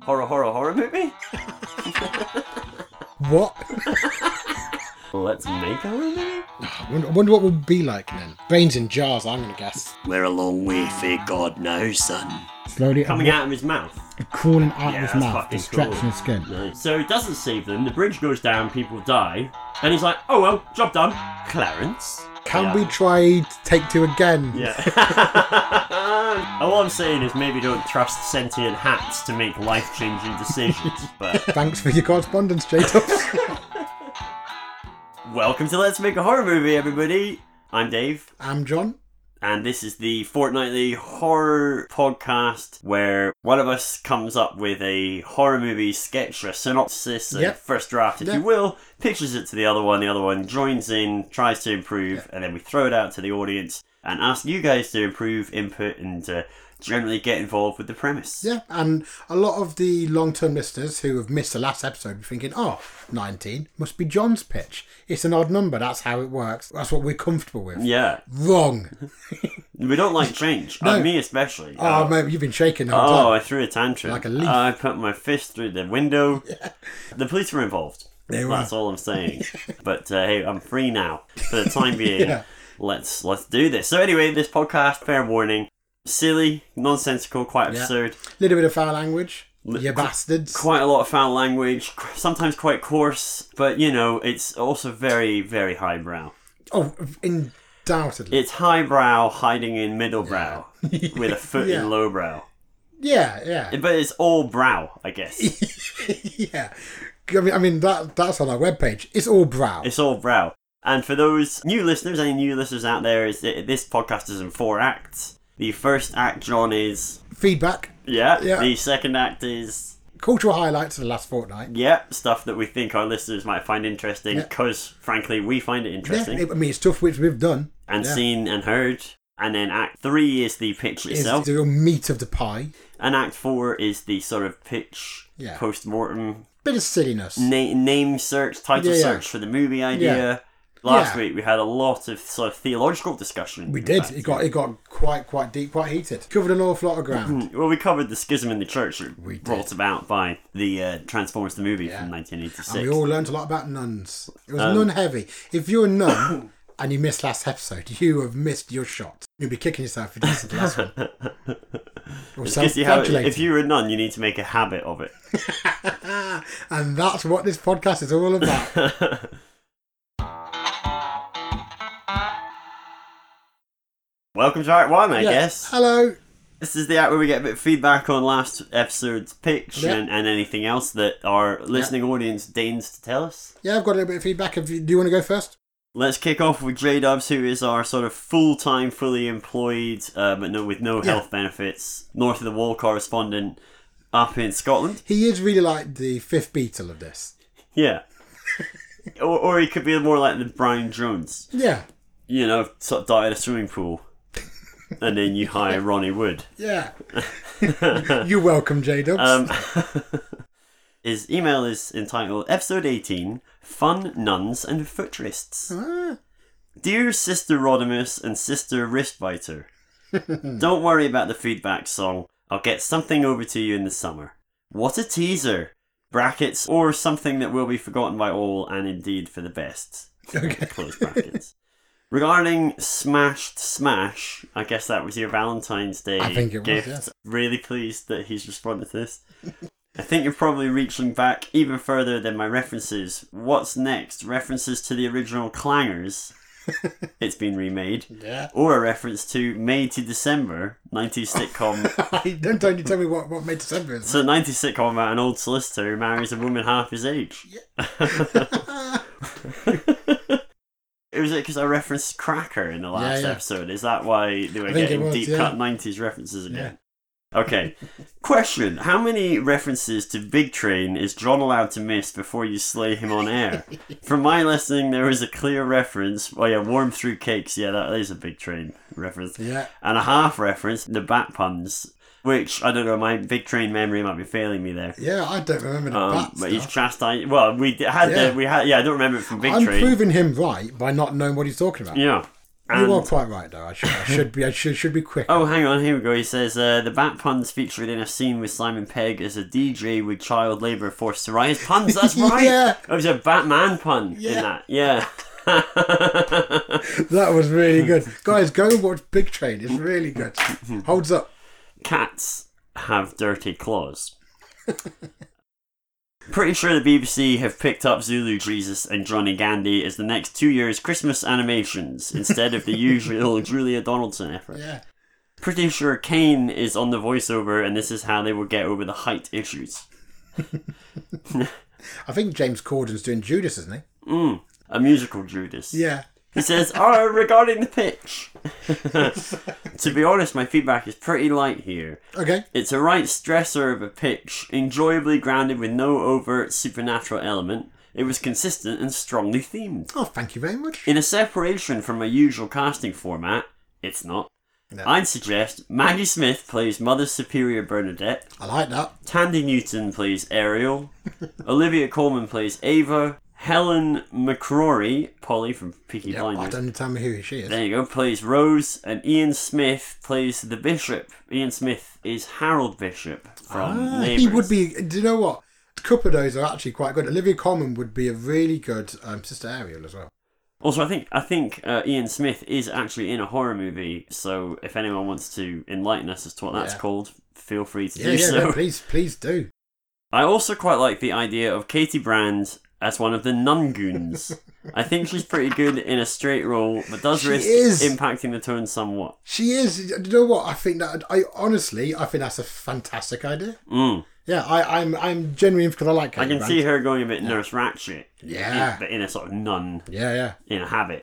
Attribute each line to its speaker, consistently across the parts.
Speaker 1: horror, horror, horror movie?
Speaker 2: What?
Speaker 1: Let's make a horror movie?
Speaker 2: I wonder, I wonder what would be like then. Brains in jars, I'm going to guess.
Speaker 3: We're a long way, fae God, now, son.
Speaker 4: Slowly
Speaker 1: Coming out of his mouth.
Speaker 4: crawling out
Speaker 1: Yeah,
Speaker 4: of
Speaker 1: that's
Speaker 4: his mouth,
Speaker 1: fucking
Speaker 4: distraction
Speaker 1: cool.
Speaker 4: his skin.
Speaker 1: No. So he doesn't save them, the bridge goes down, people die, and he's like, oh well, job done. Clarence.
Speaker 2: Can
Speaker 1: Yeah.
Speaker 2: we try take two again?
Speaker 1: Yeah. All I'm saying is maybe don't trust sentient hats to make life changing decisions, but
Speaker 2: Thanks for your correspondence, Jatops.
Speaker 1: welcome to Let's Make a Horror Movie, everybody. I'm Dave.
Speaker 2: I'm John.
Speaker 1: And this is the fortnightly horror podcast where one of us comes up with a horror movie sketch, a synopsis, a
Speaker 2: Yep.
Speaker 1: first draft, if you
Speaker 2: Yep.
Speaker 1: will, pitches it to the other one, the other one joins in, tries to improve, and then we throw it out to the audience and ask you guys to improve input and uh, generally get involved with the premise.
Speaker 2: Yeah, and a lot of the long term listeners who have missed the last episode are thinking, oh, 19 must be John's pitch. It's an odd number. That's how it works. That's what we're comfortable with.
Speaker 1: Yeah.
Speaker 2: Wrong.
Speaker 1: We don't like change.
Speaker 2: No.
Speaker 1: Uh, me especially.
Speaker 2: Oh,
Speaker 1: Uh,
Speaker 2: mate, you've been shaking the whole
Speaker 1: Oh,
Speaker 2: time.
Speaker 1: I threw a tantrum.
Speaker 2: Like a leaf.
Speaker 1: I put my fist through the window. The police were involved.
Speaker 2: They were.
Speaker 1: That's all I'm saying. but uh, hey, I'm free now for the time being.
Speaker 2: Yeah.
Speaker 1: Let's let's do this. So anyway, this podcast, fair warning, silly, nonsensical, quite
Speaker 2: Yeah.
Speaker 1: absurd,
Speaker 2: little bit of foul language.
Speaker 1: Oh. Li-
Speaker 2: you bastards.
Speaker 1: quite a lot of foul language, qu- sometimes quite coarse, but you know, it's also very very highbrow.
Speaker 2: oh, undoubtedly.
Speaker 1: It's highbrow hiding in middlebrow with a foot
Speaker 2: Yeah.
Speaker 1: in lowbrow.
Speaker 2: yeah, yeah.
Speaker 1: But it's all brow, I guess.
Speaker 2: yeah. I mean, I mean that that's on our webpage. It's all brow.
Speaker 1: It's all brow. And for those new listeners, any new listeners out there, is that this podcast is in four acts. The first act, John, is
Speaker 2: Feedback,
Speaker 1: yeah.
Speaker 2: Yeah.
Speaker 1: The second act is
Speaker 2: cultural highlights of the last fortnight.
Speaker 1: yeah stuff that we think our listeners might find interesting
Speaker 2: Yeah.
Speaker 1: because, frankly, we find it
Speaker 2: Yeah,
Speaker 1: interesting
Speaker 2: it- I mean, it's stuff which we've done.
Speaker 1: and
Speaker 2: yeah.
Speaker 1: seen and heard. And then act three is the pitch
Speaker 2: It's
Speaker 1: itself,
Speaker 2: the real meat of the pie.
Speaker 1: and act four is the sort of pitch
Speaker 2: Yeah.
Speaker 1: post mortem
Speaker 2: Bit of silliness.
Speaker 1: na- name search, title
Speaker 2: Yeah, yeah.
Speaker 1: search for the movie idea. Last
Speaker 2: Yeah.
Speaker 1: week we had a lot of sort of theological discussion.
Speaker 2: we
Speaker 1: in
Speaker 2: did.
Speaker 1: fact.
Speaker 2: It got it got quite quite deep, quite heated. Covered an awful lot of ground.
Speaker 1: Well, we covered the schism in the church that
Speaker 2: We did.
Speaker 1: brought about by the uh, Transformers the movie from
Speaker 2: and we
Speaker 1: 1986.
Speaker 2: all learnt a lot about nuns. It
Speaker 1: Um,
Speaker 2: was nun heavy. If you're a nun and you missed last episode, you have missed your shot. You'll be kicking yourself if you listen to the last one. Or
Speaker 1: It's 'cause you have-
Speaker 2: self-flagellating.
Speaker 1: if you're a nun, you need to make a habit of it.
Speaker 2: And that's what this podcast is all about.
Speaker 1: Welcome to Act One, I
Speaker 2: Yeah.
Speaker 1: guess.
Speaker 2: Hello.
Speaker 1: This is the act where we get a bit of feedback on last episode's pitch
Speaker 2: Yeah.
Speaker 1: and, and anything else that our listening audience deigns to tell us.
Speaker 2: Yeah, I've got a little bit of feedback. If you, do you want to go first?
Speaker 1: Let's kick off with J Dubs, who is our sort of full time, fully employed, uh, but no, with no
Speaker 2: Yeah.
Speaker 1: health benefits, north of the wall correspondent up in Scotland.
Speaker 2: He is really like the fifth Beatle of this.
Speaker 1: Yeah. or, or he could be more like the Brian Jones.
Speaker 2: Yeah,
Speaker 1: You know, sort of died in a swimming pool. And then you hire Ronnie Wood.
Speaker 2: yeah. You're welcome, J Dubs.
Speaker 1: Um, his email is entitled Episode 18 Fun Nuns and Footrists.
Speaker 2: Ah,
Speaker 1: Dear Sister Rodimus and Sister Wristbiter, don't worry about the feedback song. I'll get something over to you in the summer. What a teaser! Brackets or something that will be forgotten by all and indeed for the best.
Speaker 2: okay.
Speaker 1: close brackets. Regarding Smashed Smash, I guess that was your Valentine's Day
Speaker 2: I think it was,
Speaker 1: gift.
Speaker 2: yes.
Speaker 1: Really pleased that he's responded to this. I think you're probably reaching back even further than my references. What's next? References to the original Clangers. it's been remade.
Speaker 2: Yeah.
Speaker 1: Or a reference to May to December, 90s sitcom
Speaker 2: don't, don't you tell me what, what made December is.
Speaker 1: it's a 90 sitcom about an old solicitor who marries a woman half his age. it was because I referenced Cracker in the last
Speaker 2: yeah.
Speaker 1: episode. Is that why they were
Speaker 2: I think it
Speaker 1: getting
Speaker 2: was,
Speaker 1: deep
Speaker 2: yeah.
Speaker 1: cut 90s references again? Okay. Question How many references to Big Train is John allowed to miss before you slay him on air? From my listening, there is a clear reference. Oh, yeah, warm through cakes. Yeah, that is a Big Train reference
Speaker 2: Yeah.
Speaker 1: and a half reference the bat puns, which I don't know. My big train memory might be failing me there.
Speaker 2: Yeah, I don't remember the
Speaker 1: Um,
Speaker 2: bat
Speaker 1: but he's
Speaker 2: stuff.
Speaker 1: chastised. Well, we d- had
Speaker 2: Yeah.
Speaker 1: the we had yeah. I don't remember it from Big
Speaker 2: I'm
Speaker 1: Train.
Speaker 2: proving him right by not knowing what he's talking about.
Speaker 1: yeah,
Speaker 2: you are
Speaker 1: And
Speaker 2: quite right, though. I should, I should be. I should, should be quick.
Speaker 1: oh, hang on, here we go. He says uh, the bat puns featured in a scene with Simon Pegg is a DJ with child labour forced to write his puns. That's right.
Speaker 2: Yeah.
Speaker 1: it was a Batman pun
Speaker 2: Yeah.
Speaker 1: in that. Yeah.
Speaker 2: That was really good, guys. Go watch Big Train. It's really good. Holds up.
Speaker 1: Cats have dirty claws. Pretty sure the BBC have picked up Zulu Jesus and Johnny Gandhi as the next two years' Christmas animations instead of the usual Julia Donaldson effort.
Speaker 2: Yeah.
Speaker 1: Pretty sure Kane is on the voiceover, and this is how they will get over the height issues.
Speaker 2: I think James Corden's doing Judas, isn't he?
Speaker 1: Mm, a musical Judas.
Speaker 2: Yeah.
Speaker 1: He says, "Oh, regarding the pitch, to be honest, my feedback is pretty light here.
Speaker 2: Okay.
Speaker 1: It's a right stressor of a pitch, enjoyably grounded with no overt supernatural element. It was consistent and strongly themed.
Speaker 2: Oh, thank you very much.
Speaker 1: In a separation from a usual casting format, it's not.
Speaker 2: No.
Speaker 1: I'd suggest Maggie Smith plays Mother Superior Bernadette,
Speaker 2: I like that.
Speaker 1: Tandy Newton plays Ariel, Olivia Colman plays Ava, Helen McCrory, Polly from Peaky
Speaker 2: Yeah. I
Speaker 1: Blinders.
Speaker 2: don't need to tell me who she is.
Speaker 1: There you go, plays Rose, and Ian Smith plays the Bishop. Ian Smith is Harold Bishop from
Speaker 2: Ah,
Speaker 1: Neighbours.
Speaker 2: he would be. Do you know what? A couple of those are actually quite good. Olivia Colman would be a really good um, Sister Ariel as well.
Speaker 1: Also, I think I think uh, Ian Smith is actually in a horror movie. So, if anyone wants to enlighten us as to what that's
Speaker 2: Yeah.
Speaker 1: called, feel free to
Speaker 2: Yeah,
Speaker 1: do
Speaker 2: yeah.
Speaker 1: so.
Speaker 2: No, please, please do.
Speaker 1: I also quite like the idea of Katie Brand as one of the Nungoons. I think she's pretty good in a straight role, but does
Speaker 2: She
Speaker 1: risk
Speaker 2: is.
Speaker 1: impacting the tone somewhat.
Speaker 2: She is. Do you know what? I think that. I honestly, I think that's a fantastic idea.
Speaker 1: Mm.
Speaker 2: Yeah, I, I'm. I'm genuine because I like.
Speaker 1: I can see her going a bit Nurse Ratchet,
Speaker 2: Yeah.
Speaker 1: in- but in a sort of nun
Speaker 2: Yeah, yeah.
Speaker 1: in a habit.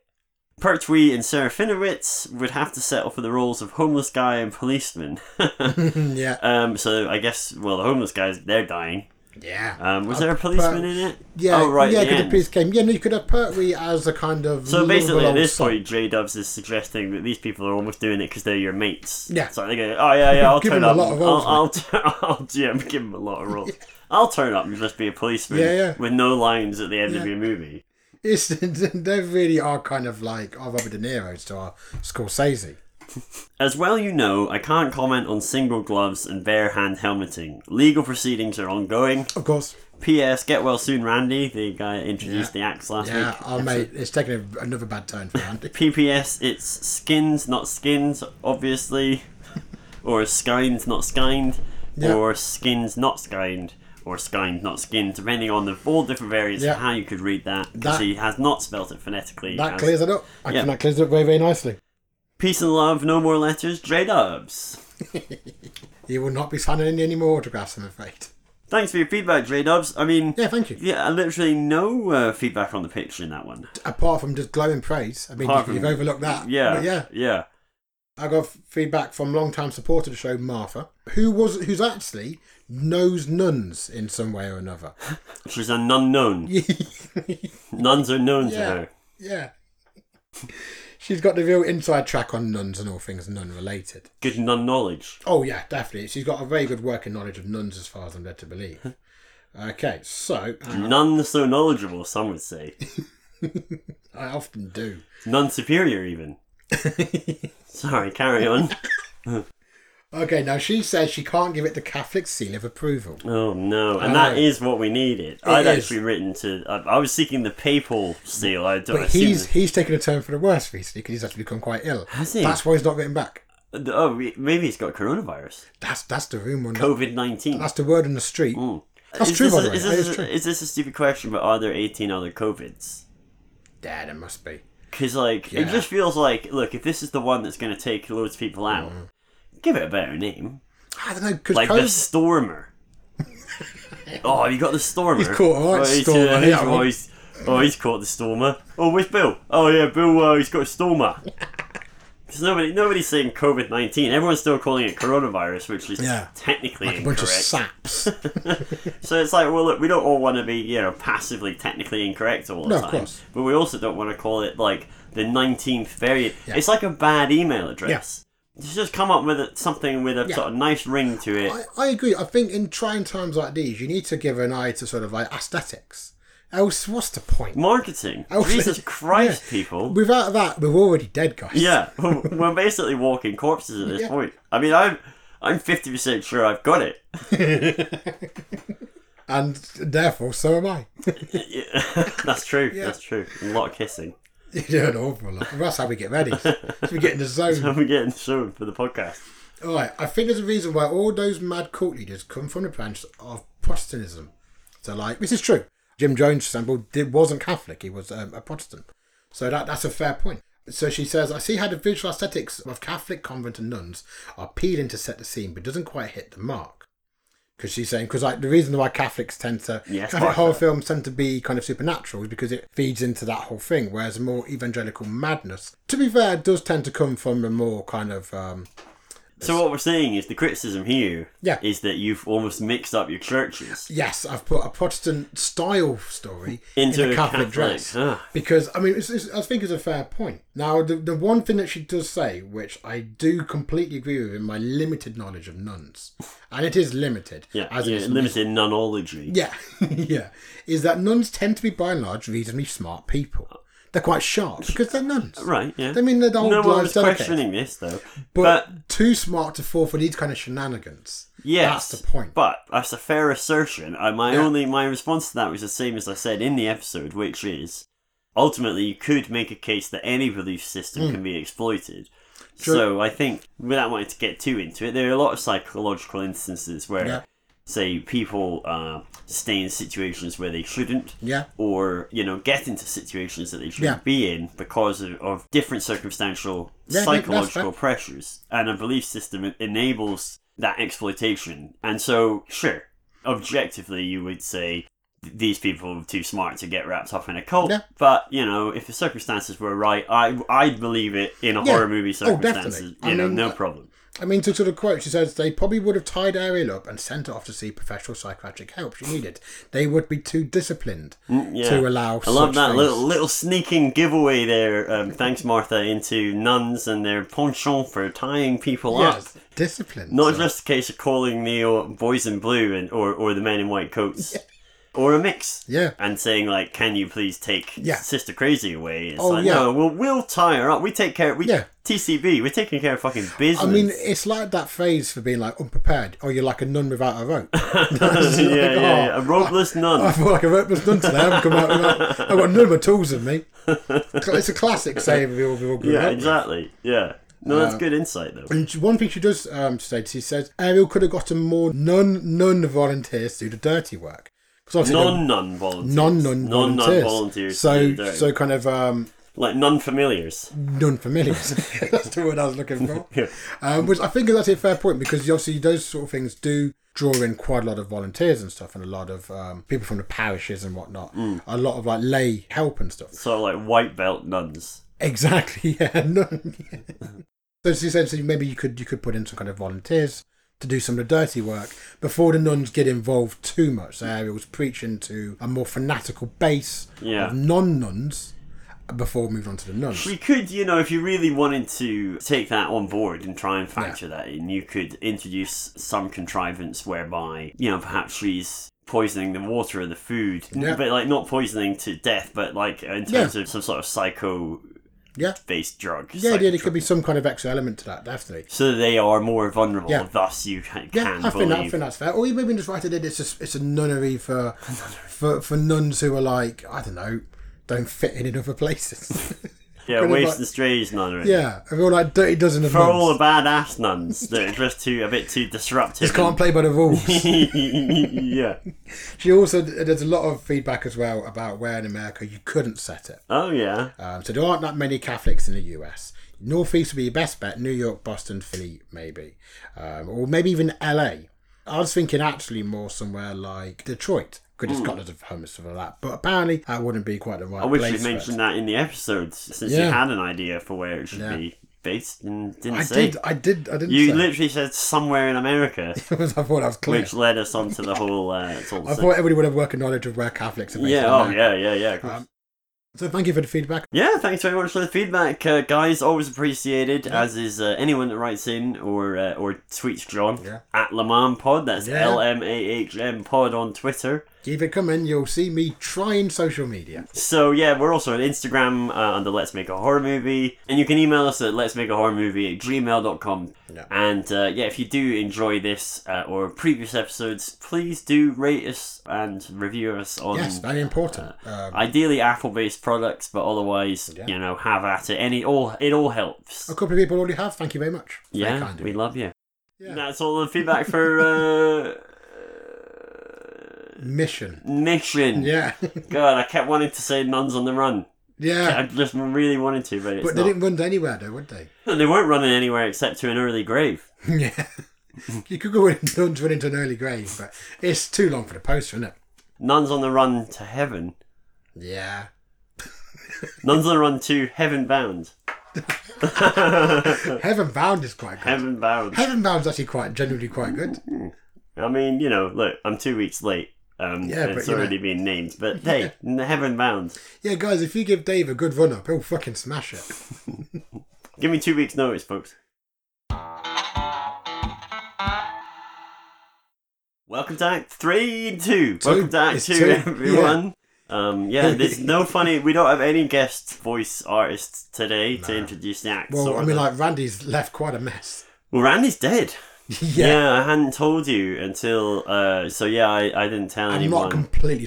Speaker 1: Pertwee and Serafinowicz would have to settle for the roles of homeless guy and policeman.
Speaker 2: yeah,
Speaker 1: Um, so I guess well, the homeless guys they're dying.
Speaker 2: yeah.
Speaker 1: Um, was
Speaker 2: Uh,
Speaker 1: there a policeman
Speaker 2: per-
Speaker 1: in it?
Speaker 2: Yeah,
Speaker 1: Oh right.
Speaker 2: yeah.
Speaker 1: at the
Speaker 2: Because the
Speaker 1: end.
Speaker 2: police came. Yeah, no, you could have Pertwee as a kind of.
Speaker 1: so
Speaker 2: lovable
Speaker 1: basically, at
Speaker 2: old
Speaker 1: this
Speaker 2: son.
Speaker 1: point, J Dubs is suggesting that these people are almost doing it because they're your mates.
Speaker 2: Yeah.
Speaker 1: So they go, oh yeah, yeah, I'll
Speaker 2: Give
Speaker 1: turn
Speaker 2: them a
Speaker 1: up.
Speaker 2: lot of roles,
Speaker 1: I'll, I'll, t- I'll yeah, give them a lot of roles. I'll turn up and just be a policeman
Speaker 2: Yeah, yeah.
Speaker 1: with no lines at the end of
Speaker 2: Yeah.
Speaker 1: your movie.
Speaker 2: it's, they really are kind of like our Robert De Niro's to our Scorsese.
Speaker 1: As well you know, I can't comment on single gloves and bare hand helmeting. Legal proceedings are ongoing.
Speaker 2: Of course,
Speaker 1: P.S. Get well soon, Randy, the guy that introduced the axe last
Speaker 2: yeah.
Speaker 1: week.
Speaker 2: Our mate, it's taking a, another bad turn for Andy.
Speaker 1: PPS, it's skins, not skins, obviously. or skins, not skined.
Speaker 2: Yeah.
Speaker 1: Or skins, not skined. Or skined, not skinned, depending on the all different variants
Speaker 2: Yeah.
Speaker 1: of how you could read that. Because
Speaker 2: That-
Speaker 1: he has not spelt it phonetically.
Speaker 2: that
Speaker 1: as-
Speaker 2: clears it up. I
Speaker 1: Yeah.
Speaker 2: think that clears it up very, very nicely.
Speaker 1: Peace and love, no more letters, Dre Dubs.
Speaker 2: He will not be signing any more autographs, I'm afraid.
Speaker 1: Thanks for your feedback, Dre Dubs. I mean,
Speaker 2: Yeah, thank you.
Speaker 1: yeah, I literally no uh, feedback on the picture in that one.
Speaker 2: Apart from just glowing praise, I mean,
Speaker 1: Apart
Speaker 2: you've, you've
Speaker 1: from-
Speaker 2: overlooked that.
Speaker 1: Yeah,
Speaker 2: But yeah.
Speaker 1: yeah.
Speaker 2: I got feedback from long-time supporter of the show, Martha, who was who's actually knows nuns in some way or another.
Speaker 1: She's an unknown. Nuns are known to
Speaker 2: Yeah.
Speaker 1: her.
Speaker 2: yeah, she's got the real inside track on nuns and all things nun-related.
Speaker 1: Good nun knowledge.
Speaker 2: Oh yeah, definitely. She's got a very good working knowledge of nuns, as far as I'm led to believe. Okay, so uh,
Speaker 1: None so knowledgeable, some would say.
Speaker 2: I often do.
Speaker 1: None superior, even. Sorry, carry on.
Speaker 2: Okay, now she says she can't give it the Catholic seal of approval.
Speaker 1: Oh no, and that
Speaker 2: Oh.
Speaker 1: is what we needed. I'd
Speaker 2: is.
Speaker 1: actually written to. I, I was seeking the papal seal. I don't. I
Speaker 2: But
Speaker 1: assume
Speaker 2: he's he's taken a turn for the worse recently because he's actually become quite ill.
Speaker 1: Has he?
Speaker 2: That's why he's not getting back.
Speaker 1: that- oh, we- maybe he's got coronavirus.
Speaker 2: That's that's the rumor.
Speaker 1: COVID nineteen. Hmm.
Speaker 2: That's the word on the street. That's
Speaker 1: is
Speaker 2: true,
Speaker 1: This
Speaker 2: by
Speaker 1: a-
Speaker 2: the way.
Speaker 1: Is
Speaker 2: That
Speaker 1: this,
Speaker 2: is
Speaker 1: a,
Speaker 2: true.
Speaker 1: is this a stupid question? But are there eighteen other covids?
Speaker 2: Dad, it must be.
Speaker 1: Because like it
Speaker 2: Yeah.
Speaker 1: just feels like look, if this is the one that's going to take loads of people out,
Speaker 2: Mm.
Speaker 1: give it a better name,
Speaker 2: I don't know because
Speaker 1: like the
Speaker 2: COVID.
Speaker 1: Stormer. oh, have you got the Stormer?
Speaker 2: He's caught all right,
Speaker 1: Oh, he's,
Speaker 2: Stormer,
Speaker 1: uh, he's-
Speaker 2: yeah,
Speaker 1: oh,
Speaker 2: well-
Speaker 1: he's, oh, he's caught the Stormer. Oh, where's Bill? Oh yeah, Bill. Uh, he's got a Stormer. Because nobody, nobody's saying COVID nineteen. Everyone's still calling it coronavirus, which is
Speaker 2: Yeah.
Speaker 1: technically
Speaker 2: Like a bunch
Speaker 1: incorrect.
Speaker 2: of saps.
Speaker 1: so it's like, well, look, we don't all want to be, you know, passively technically incorrect all the
Speaker 2: No, of
Speaker 1: time,
Speaker 2: course.
Speaker 1: but we also don't want to call it like the nineteenth variant.
Speaker 2: Yeah.
Speaker 1: It's like a bad email address. Just- Just come up with it- something with a
Speaker 2: Yeah.
Speaker 1: sort of nice ring to it.
Speaker 2: I, I agree. I think in trying times like these, you need to give an eye to sort of like aesthetics. Else, what's the point?
Speaker 1: Marketing.
Speaker 2: Oh,
Speaker 1: Jesus
Speaker 2: yeah.
Speaker 1: Christ, people.
Speaker 2: Without that, we're already dead, guys.
Speaker 1: Yeah, we're basically walking corpses at this
Speaker 2: Yeah.
Speaker 1: point. I mean, I'm I'm fifty percent sure I've got it.
Speaker 2: And therefore, so am I.
Speaker 1: Yeah. that's true.
Speaker 2: Yeah.
Speaker 1: That's true. A lot of kissing.
Speaker 2: You do an awful lot. That's how we get ready. So we get in the zone.
Speaker 1: I'm getting shown for the podcast.
Speaker 2: All right. I think there's a reason why all those mad cult leaders come from the branch of Protestantism. So, like, this is true. Jim Jones, for example, did, wasn't Catholic. He was um, a Protestant. So that that's a fair point. So she says, I see how the visual aesthetics of Catholic convent and nuns are appealing to set the scene, but doesn't quite hit the mark. Because she's saying, because like the reason why Catholics tend to,
Speaker 1: Yes,
Speaker 2: Catholic
Speaker 1: right.
Speaker 2: horror films tend to be kind of supernatural is because it feeds into that whole thing. Whereas more evangelical madness, to be fair, does tend to come from a more kind of um,
Speaker 1: So what we're saying is the criticism here is
Speaker 2: Yeah.
Speaker 1: that you've almost mixed up your churches.
Speaker 2: Yes, I've put a Protestant style story
Speaker 1: Into
Speaker 2: in a
Speaker 1: a
Speaker 2: Catholic,
Speaker 1: Catholic,
Speaker 2: dress
Speaker 1: ugh.
Speaker 2: because I mean, it's, it's, I think it's a fair point. Now, the, the one thing that she does say, which I do completely agree with in my limited knowledge of nuns, and it is limited,
Speaker 1: Yeah,
Speaker 2: as
Speaker 1: yeah,
Speaker 2: it is
Speaker 1: limited nunology.
Speaker 2: yeah, yeah, is that nuns tend to be by and large reasonably smart people. They're quite sharp because they're nuns.
Speaker 1: Right, yeah.
Speaker 2: I mean, they're the whole
Speaker 1: no one's
Speaker 2: lives dedicated.
Speaker 1: questioning this though.
Speaker 2: But,
Speaker 1: But,
Speaker 2: too smart to fall for these kind of shenanigans.
Speaker 1: yes,
Speaker 2: that's the point.
Speaker 1: But that's a fair assertion. I, my
Speaker 2: Yeah.
Speaker 1: only my response to that was the same as I said in the episode, which is ultimately you could make a case that any belief system can be exploited.
Speaker 2: Hmm. True.
Speaker 1: So I think without wanting to get too into it, there are a lot of psychological instances where.
Speaker 2: Yeah.
Speaker 1: Say people uh, stay in situations where they shouldn't,
Speaker 2: Yeah.
Speaker 1: or you know get into situations that they shouldn't
Speaker 2: Yeah.
Speaker 1: be in because of, of different circumstantial
Speaker 2: Yeah, I think that's
Speaker 1: psychological
Speaker 2: fair.
Speaker 1: pressures and a belief system en- enables that exploitation and so sure objectively you would say th- these people are too smart to get wrapped up in a cult
Speaker 2: Yeah.
Speaker 1: but you know if the circumstances were right i i'd believe it in a
Speaker 2: Yeah.
Speaker 1: horror movie
Speaker 2: Oh, definitely.
Speaker 1: circumstances
Speaker 2: I
Speaker 1: you know
Speaker 2: mean, uh,
Speaker 1: no
Speaker 2: I-
Speaker 1: problem
Speaker 2: I mean, to sort of quote, she says, they probably would have tied Ariel up and sent her off to see professional psychiatric help she needed. They would be too disciplined
Speaker 1: Mm, yeah.
Speaker 2: to allow.
Speaker 1: I love
Speaker 2: oh, such
Speaker 1: that
Speaker 2: things.
Speaker 1: little little sneaking giveaway there. Um, thanks, Martha, into nuns and their penchant for tying people
Speaker 2: Yes,
Speaker 1: up.
Speaker 2: discipline.
Speaker 1: Not
Speaker 2: So-
Speaker 1: just a case of calling the or, boys in blue and or, or the men in white coats, or a mix.
Speaker 2: Yeah.
Speaker 1: And saying like, "Can you please take
Speaker 2: Yeah.
Speaker 1: Sister Crazy away?" It's
Speaker 2: Oh,
Speaker 1: like,
Speaker 2: yeah.
Speaker 1: no, we'll we'll tie her up. We take care. We
Speaker 2: Yeah.
Speaker 1: TCB. We're taking care of fucking business.
Speaker 2: I mean, it's like that phrase for being like unprepared, or you're like a nun without a rope. It's
Speaker 1: yeah,
Speaker 2: like,
Speaker 1: yeah, yeah,
Speaker 2: oh,
Speaker 1: a ropeless nun.
Speaker 2: I feel like a ropeless nun today. I haven't come out. Without, I've got none of my tools with me. It's a classic saying we all, we all grew
Speaker 1: yeah,
Speaker 2: up with.
Speaker 1: exactly. Yeah. No, that's good insight though.
Speaker 2: And one thing she does um, say, she says Ariel could have gotten more non non volunteers to do the dirty work. Because
Speaker 1: Non nun volunteers.
Speaker 2: non non
Speaker 1: non
Speaker 2: volunteers.
Speaker 1: volunteers.
Speaker 2: So
Speaker 1: do- do-
Speaker 2: so kind of um,
Speaker 1: like non familiars.
Speaker 2: non familiars. that's the word I was looking for. um, which I think is actually a fair point because obviously those sort of things do draw in quite a lot of volunteers and stuff, and a lot of um, people from the parishes and whatnot. A lot of like lay help and stuff.
Speaker 1: Sort of like white belt nuns.
Speaker 2: Exactly. Yeah. None. so she said, so maybe you could you could put in some kind of volunteers to do some of the dirty work before the nuns get involved too much. So Ariel's preaching to a more fanatical base
Speaker 1: Yeah.
Speaker 2: of non nuns before moving on to the nuns.
Speaker 1: We could, you know, if you really wanted to take that on board and try and factor that in, you could introduce some contrivance whereby, you know, perhaps she's poisoning the water or the food.
Speaker 2: Yeah.
Speaker 1: But like not poisoning to death, but like in terms of some sort of psycho
Speaker 2: Yeah.
Speaker 1: based drug.
Speaker 2: Yeah, yeah, there
Speaker 1: psychotropic.
Speaker 2: could be some kind of extra element to that, definitely.
Speaker 1: So they are more vulnerable,
Speaker 2: Yeah.
Speaker 1: thus you can,
Speaker 2: Yeah,
Speaker 1: can
Speaker 2: I think,
Speaker 1: believe.
Speaker 2: that, I think that's fair. Or you maybe just write it in. It's a, it's a nunnery for, for for nuns who are like I don't know, don't fit in in other places.
Speaker 1: yeah,
Speaker 2: kind of
Speaker 1: waste
Speaker 2: like-
Speaker 1: and strays nunnery.
Speaker 2: yeah, a real like dirty dozen of
Speaker 1: For
Speaker 2: nuns.
Speaker 1: all the badass nuns that are just too a bit too disruptive.
Speaker 2: just can't play by the rules.
Speaker 1: yeah.
Speaker 2: she also there's a lot of feedback as well about where in America you couldn't set it.
Speaker 1: Oh yeah.
Speaker 2: Um, so there aren't that many Catholics in the US. Northeast would be your best bet. New York, Boston, Philly, maybe, um, or maybe even LA. I was thinking actually more somewhere like Detroit. Could it's got loads of homeless stuff like that, but apparently that wouldn't be quite the right
Speaker 1: Hmm. I wish
Speaker 2: place.
Speaker 1: you'd
Speaker 2: for it.
Speaker 1: mentioned that in the episode, since you
Speaker 2: Yeah.
Speaker 1: had an idea for where it should
Speaker 2: Yeah.
Speaker 1: be based and didn't
Speaker 2: I
Speaker 1: say.
Speaker 2: did, I did, I didn't.
Speaker 1: You
Speaker 2: say.
Speaker 1: literally said somewhere in America,
Speaker 2: I thought I was clear.
Speaker 1: which led us on to the whole. Uh, sort of
Speaker 2: I
Speaker 1: thing.
Speaker 2: thought everybody would have working knowledge of where Catholics are. based
Speaker 1: yeah.
Speaker 2: in
Speaker 1: Oh
Speaker 2: America. Um,
Speaker 1: yeah. Yeah. Yeah. of course.
Speaker 2: So thank you for the feedback.
Speaker 1: Yeah, thanks very much for the feedback, uh, guys. Always appreciated, as is uh, anyone that writes in or uh, or tweets John
Speaker 2: Yeah.
Speaker 1: at Laman Pod. That's
Speaker 2: Yeah.
Speaker 1: L M A H M Pod on Twitter.
Speaker 2: Keep it coming. You'll see me trying social media.
Speaker 1: So yeah, we're also on Instagram uh, under Let's Make a Horror Movie, and you can email us at Let's Make a Horror Movie at gmail.com.
Speaker 2: Yeah.
Speaker 1: And uh, yeah, if you do enjoy this uh, or previous episodes, please do rate us and review us on uh,
Speaker 2: Yes, very important. um,
Speaker 1: ideally Apple-based products, but otherwise,
Speaker 2: Yeah.
Speaker 1: you know, have at it. Any all it all helps.
Speaker 2: a couple of people already have. Thank you very much. Very
Speaker 1: Yeah,
Speaker 2: kind of
Speaker 1: we
Speaker 2: you.
Speaker 1: love you.
Speaker 2: Yeah.
Speaker 1: That's all the feedback for uh,
Speaker 2: Mission.
Speaker 1: Mission.
Speaker 2: Yeah.
Speaker 1: God, I kept wanting to say Nuns on the Run. I
Speaker 2: yeah.
Speaker 1: just really wanted to, but it's
Speaker 2: But
Speaker 1: not.
Speaker 2: they didn't run anywhere, though, would they?
Speaker 1: They weren't running anywhere except to an early grave.
Speaker 2: yeah. you could go in and run into an early grave, but it's too long for the poster, isn't it?
Speaker 1: Nuns on the Run to Heaven.
Speaker 2: Yeah.
Speaker 1: Nuns on the Run to Heaven Bound.
Speaker 2: Heaven Bound is quite good.
Speaker 1: Heaven Bound.
Speaker 2: Heaven Bound's actually quite generally quite good.
Speaker 1: I mean, you know, look, I'm two weeks late. Um,
Speaker 2: Yeah,
Speaker 1: it's
Speaker 2: but, you know-
Speaker 1: already been named, but hey, n- Heaven Bound.
Speaker 2: Yeah, guys, if you give Dave a good run up, he'll fucking smash it.
Speaker 1: Give me two weeks' notice, folks. Welcome to Act Three and Two.
Speaker 2: Two.
Speaker 1: Welcome to Act
Speaker 2: It's
Speaker 1: Two,
Speaker 2: two.
Speaker 1: everyone. Um, yeah, there's no funny. We don't have any guest voice artists today to
Speaker 2: No.
Speaker 1: introduce the act.
Speaker 2: Well,
Speaker 1: sort
Speaker 2: I
Speaker 1: of.
Speaker 2: mean, like Randy's left quite a mess.
Speaker 1: well, Randy's dead. Yeah.
Speaker 2: yeah,
Speaker 1: I hadn't told you until. Uh, so yeah, I, I didn't tell
Speaker 2: I'm
Speaker 1: anyone.
Speaker 2: not completely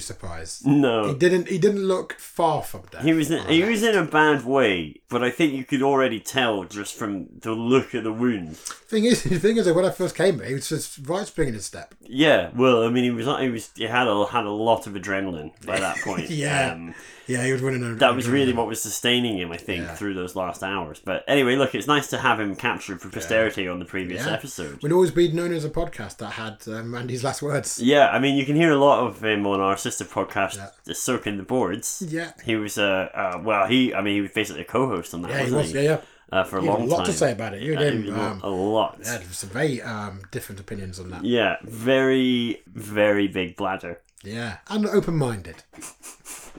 Speaker 2: surprised.
Speaker 1: no,
Speaker 2: He didn't. He didn't look far from
Speaker 1: Oh.
Speaker 2: death.
Speaker 1: He was in, he was in a bad way, but I think you could already tell just from the look of the wound.
Speaker 2: Thing is, the thing is, that when I first came, he was just right spring in his step.
Speaker 1: Yeah, well, I mean, he was he was he had a had a lot of adrenaline by that point. Um,
Speaker 2: Yeah. Yeah, he was running. Under,
Speaker 1: that was really what was sustaining him, I think,
Speaker 2: Yeah.
Speaker 1: through those last hours. But anyway, look, it's nice to have him captured for posterity on the previous
Speaker 2: Yeah.
Speaker 1: episode.
Speaker 2: would always be known as a podcast that had um, Randy's last words.
Speaker 1: Yeah, I mean, you can hear a lot of him on our sister podcast,
Speaker 2: Yeah.
Speaker 1: The Soaking the Boards.
Speaker 2: Yeah.
Speaker 1: He was, uh, uh, well, he, I mean, he was basically a co-host on that,
Speaker 2: Yeah, he
Speaker 1: wasn't
Speaker 2: was. Yeah, yeah.
Speaker 1: Uh, for a
Speaker 2: He had
Speaker 1: long
Speaker 2: a
Speaker 1: time.
Speaker 2: lot to say about it. You
Speaker 1: Uh,
Speaker 2: did.
Speaker 1: he had
Speaker 2: Um,
Speaker 1: a lot.
Speaker 2: yeah, there was some very um, different opinions on that.
Speaker 1: Yeah, very, very big bladder.
Speaker 2: Yeah, and open-minded.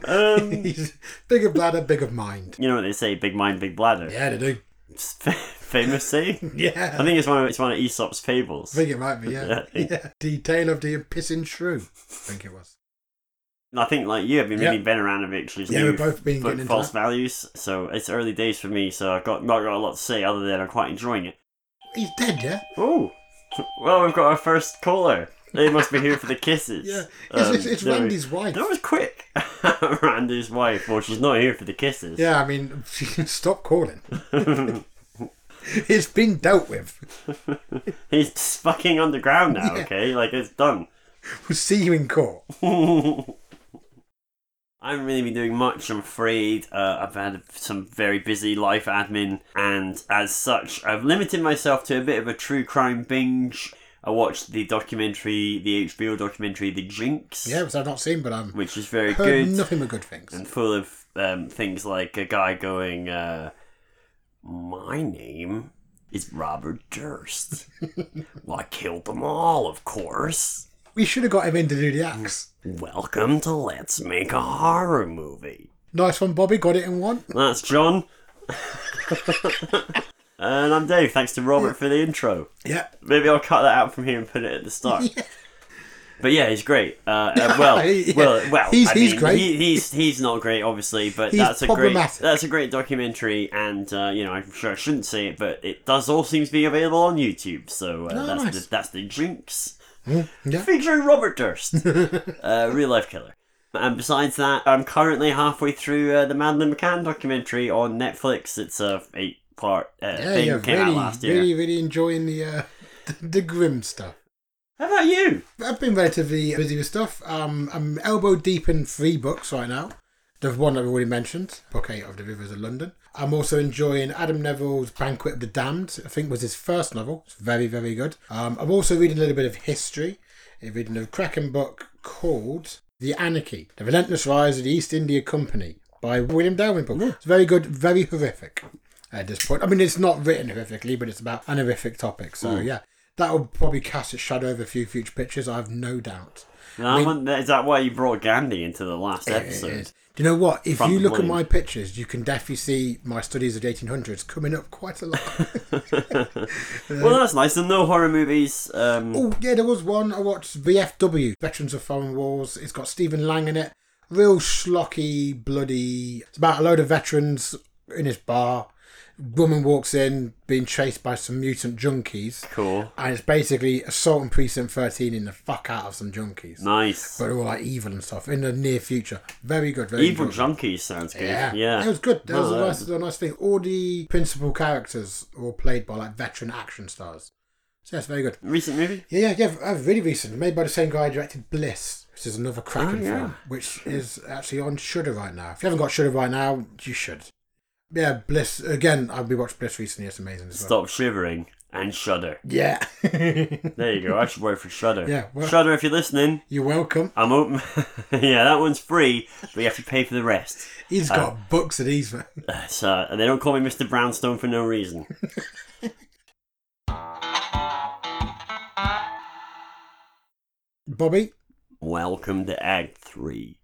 Speaker 1: Um,
Speaker 2: He's big of bladder, big of mind.
Speaker 1: you know what they say, big mind, big bladder.
Speaker 2: Yeah, they do.
Speaker 1: Famous saying.
Speaker 2: Yeah,
Speaker 1: I think it's one of it's one of Aesop's fables.
Speaker 2: I think it might be, yeah.
Speaker 1: Yeah, I
Speaker 2: yeah. The Tale of the Pissing Shrew, I think it was.
Speaker 1: And I think like you have been
Speaker 2: Yeah.
Speaker 1: reading Ben Aranovic's
Speaker 2: Yeah,
Speaker 1: new
Speaker 2: we've both been
Speaker 1: book,
Speaker 2: getting into
Speaker 1: False
Speaker 2: that.
Speaker 1: Values. So it's early days for me, so I've got not got a lot to say other than I'm quite enjoying it.
Speaker 2: He's dead, yeah?
Speaker 1: Oh, well, we've got our first caller. They must be here for the kisses.
Speaker 2: Yeah. It's, it's,
Speaker 1: Um,
Speaker 2: it's
Speaker 1: there we-
Speaker 2: Randy's wife.
Speaker 1: That was quick. Randy's wife. Well, she's not here for the kisses.
Speaker 2: Yeah, I mean, stop calling. it's been dealt with.
Speaker 1: He's fucking underground now,
Speaker 2: Yeah.
Speaker 1: okay? Like, it's done.
Speaker 2: We'll see you in court.
Speaker 1: I haven't really been doing much, I'm afraid. Uh, I've had some very busy life admin, and as such, I've limited myself to a bit of a true crime binge. I watched the documentary, the HBO documentary, The Jinx,
Speaker 2: Yeah, which I've not seen, but I'm
Speaker 1: which is very
Speaker 2: heard
Speaker 1: good
Speaker 2: nothing but good things.
Speaker 1: and full of um, things like a guy going, uh, My name is Robert Durst. well, I killed them all, of course.
Speaker 2: We should have got him in to do the acts.
Speaker 1: Welcome to Let's Make a Horror Movie.
Speaker 2: Nice one, Bobby. Got it in one.
Speaker 1: That's John. and I'm Dave. Thanks to Robert for the intro.
Speaker 2: Yeah.
Speaker 1: Maybe I'll cut that out from here and put it at the start. But yeah, he's great. Uh, uh, well,
Speaker 2: Yeah.
Speaker 1: well, well.
Speaker 2: He's-
Speaker 1: I
Speaker 2: he's
Speaker 1: mean,
Speaker 2: great.
Speaker 1: He, he's he's not great, obviously, but
Speaker 2: He's
Speaker 1: that's a great
Speaker 2: problematic.
Speaker 1: that's a great documentary, and uh, you know, I'm sure I shouldn't say it, but it does all seem to be available on YouTube. So uh,
Speaker 2: Oh,
Speaker 1: that's
Speaker 2: nice.
Speaker 1: the, that's the jinx
Speaker 2: Yeah.
Speaker 1: featuring Robert Durst, uh, real life killer. And besides that, I'm currently halfway through uh, the Madeline McCann documentary on Netflix. It's a eight part uh,
Speaker 2: Yeah,
Speaker 1: thing
Speaker 2: yeah,
Speaker 1: came
Speaker 2: really,
Speaker 1: out last year.
Speaker 2: really, really enjoying the, uh, the the grim stuff.
Speaker 1: How about you?
Speaker 2: I've been relatively busy with stuff. Um, I'm elbow deep in three books right now. The one I've already mentioned, Book 8 of the Rivers of London. I'm also enjoying Adam Neville's Banquet of the Damned, I think was his first novel. It's very, very good. Um, I'm also reading a little bit of history. I'm reading a cracking book called The Anarchy, The Relentless Rise of the East India Company by William Dalrymple. It's very good, very horrific at this point. I mean, it's not written horrifically, but it's about an horrific topic. So, yeah. That will probably cast its shadow over a few future pictures. I have no doubt.
Speaker 1: And I wonder- is that why you brought Gandhi into the last episode?
Speaker 2: It is. Do you know what? If
Speaker 1: Front
Speaker 2: you look at
Speaker 1: wing.
Speaker 2: my pictures, you can definitely see my studies of the 1800s coming up quite a lot.
Speaker 1: Well, that's nice. And no horror movies. Um,
Speaker 2: oh, yeah, there was one I watched VFW, Veterans of Foreign Wars. It's got Stephen Lang in it. Real schlocky, bloody. It's about a load of veterans in his bar. Woman walks in, being chased by some mutant junkies.
Speaker 1: cool.
Speaker 2: And it's basically Assault and Precinct 13 in the fuck out of some junkies.
Speaker 1: Nice.
Speaker 2: But they're all like evil and stuff in the near future. Very good, very
Speaker 1: Evil
Speaker 2: good.
Speaker 1: Junkies sounds good.
Speaker 2: Yeah.
Speaker 1: Yeah. uh,
Speaker 2: it was good. That was a
Speaker 1: No,
Speaker 2: nice, a nice thing. All the principal characters were played by like veteran action stars. So that's very good.
Speaker 1: Recent movie?
Speaker 2: Yeah, yeah, yeah. uh, Really recent, made by the same guy who directed Bliss, which is another cracking
Speaker 1: Oh, yeah.
Speaker 2: film, which is actually on Shudder right now. If you haven't got Shudder right now, you should. Yeah, Bliss again. I've been watching Bliss recently. It's amazing as well.
Speaker 1: Stop Shivering and Shudder.
Speaker 2: Yeah,
Speaker 1: There you go. I should work for Shudder.
Speaker 2: Yeah, well-
Speaker 1: Shudder, if you're listening,
Speaker 2: you're welcome.
Speaker 1: I'm open. yeah, that one's free, but you have to pay for the rest.
Speaker 2: He's got
Speaker 1: Ah.
Speaker 2: books of these, man.
Speaker 1: So, and they don't call me Mr. Brownstone for no reason.
Speaker 2: Bobby,
Speaker 1: Welcome to Act 3.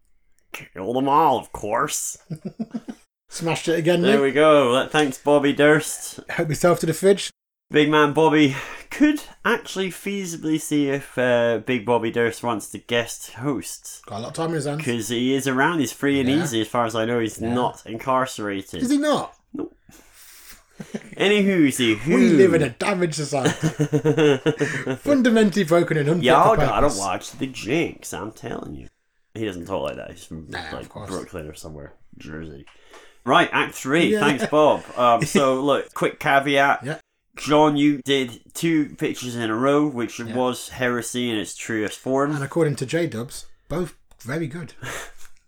Speaker 1: Kill them all, of course.
Speaker 2: smashed it again.
Speaker 1: There
Speaker 2: Mate.
Speaker 1: we go. That- Thanks, Bobby Durst.
Speaker 2: Help yourself to the fridge.
Speaker 1: Big Man Bobby could actually feasibly see if uh, Big Bobby Durst wants to guest host.
Speaker 2: Got a lot of time in his hands.
Speaker 1: Because he is around, he's free and
Speaker 2: Yeah.
Speaker 1: easy as far as I know, he's
Speaker 2: Yeah.
Speaker 1: not
Speaker 2: Is
Speaker 1: incarcerated.
Speaker 2: he not?
Speaker 1: Any whoosy who?
Speaker 2: We live in a damaged society, fundamentally broken and unfit
Speaker 1: Y'all
Speaker 2: for
Speaker 1: gotta
Speaker 2: purpose.
Speaker 1: watch The Jinx, I'm telling you. He doesn't talk like that, he's from
Speaker 2: Nah, of
Speaker 1: like
Speaker 2: course.
Speaker 1: Brooklyn or somewhere, Jersey. Right, Act 3,
Speaker 2: Yeah.
Speaker 1: thanks Bob. Um, so look, quick caveat.
Speaker 2: Yeah.
Speaker 1: John, you did two pictures in a row, which
Speaker 2: Yeah.
Speaker 1: was heresy in its truest form.
Speaker 2: And according to J Dubs, both very good.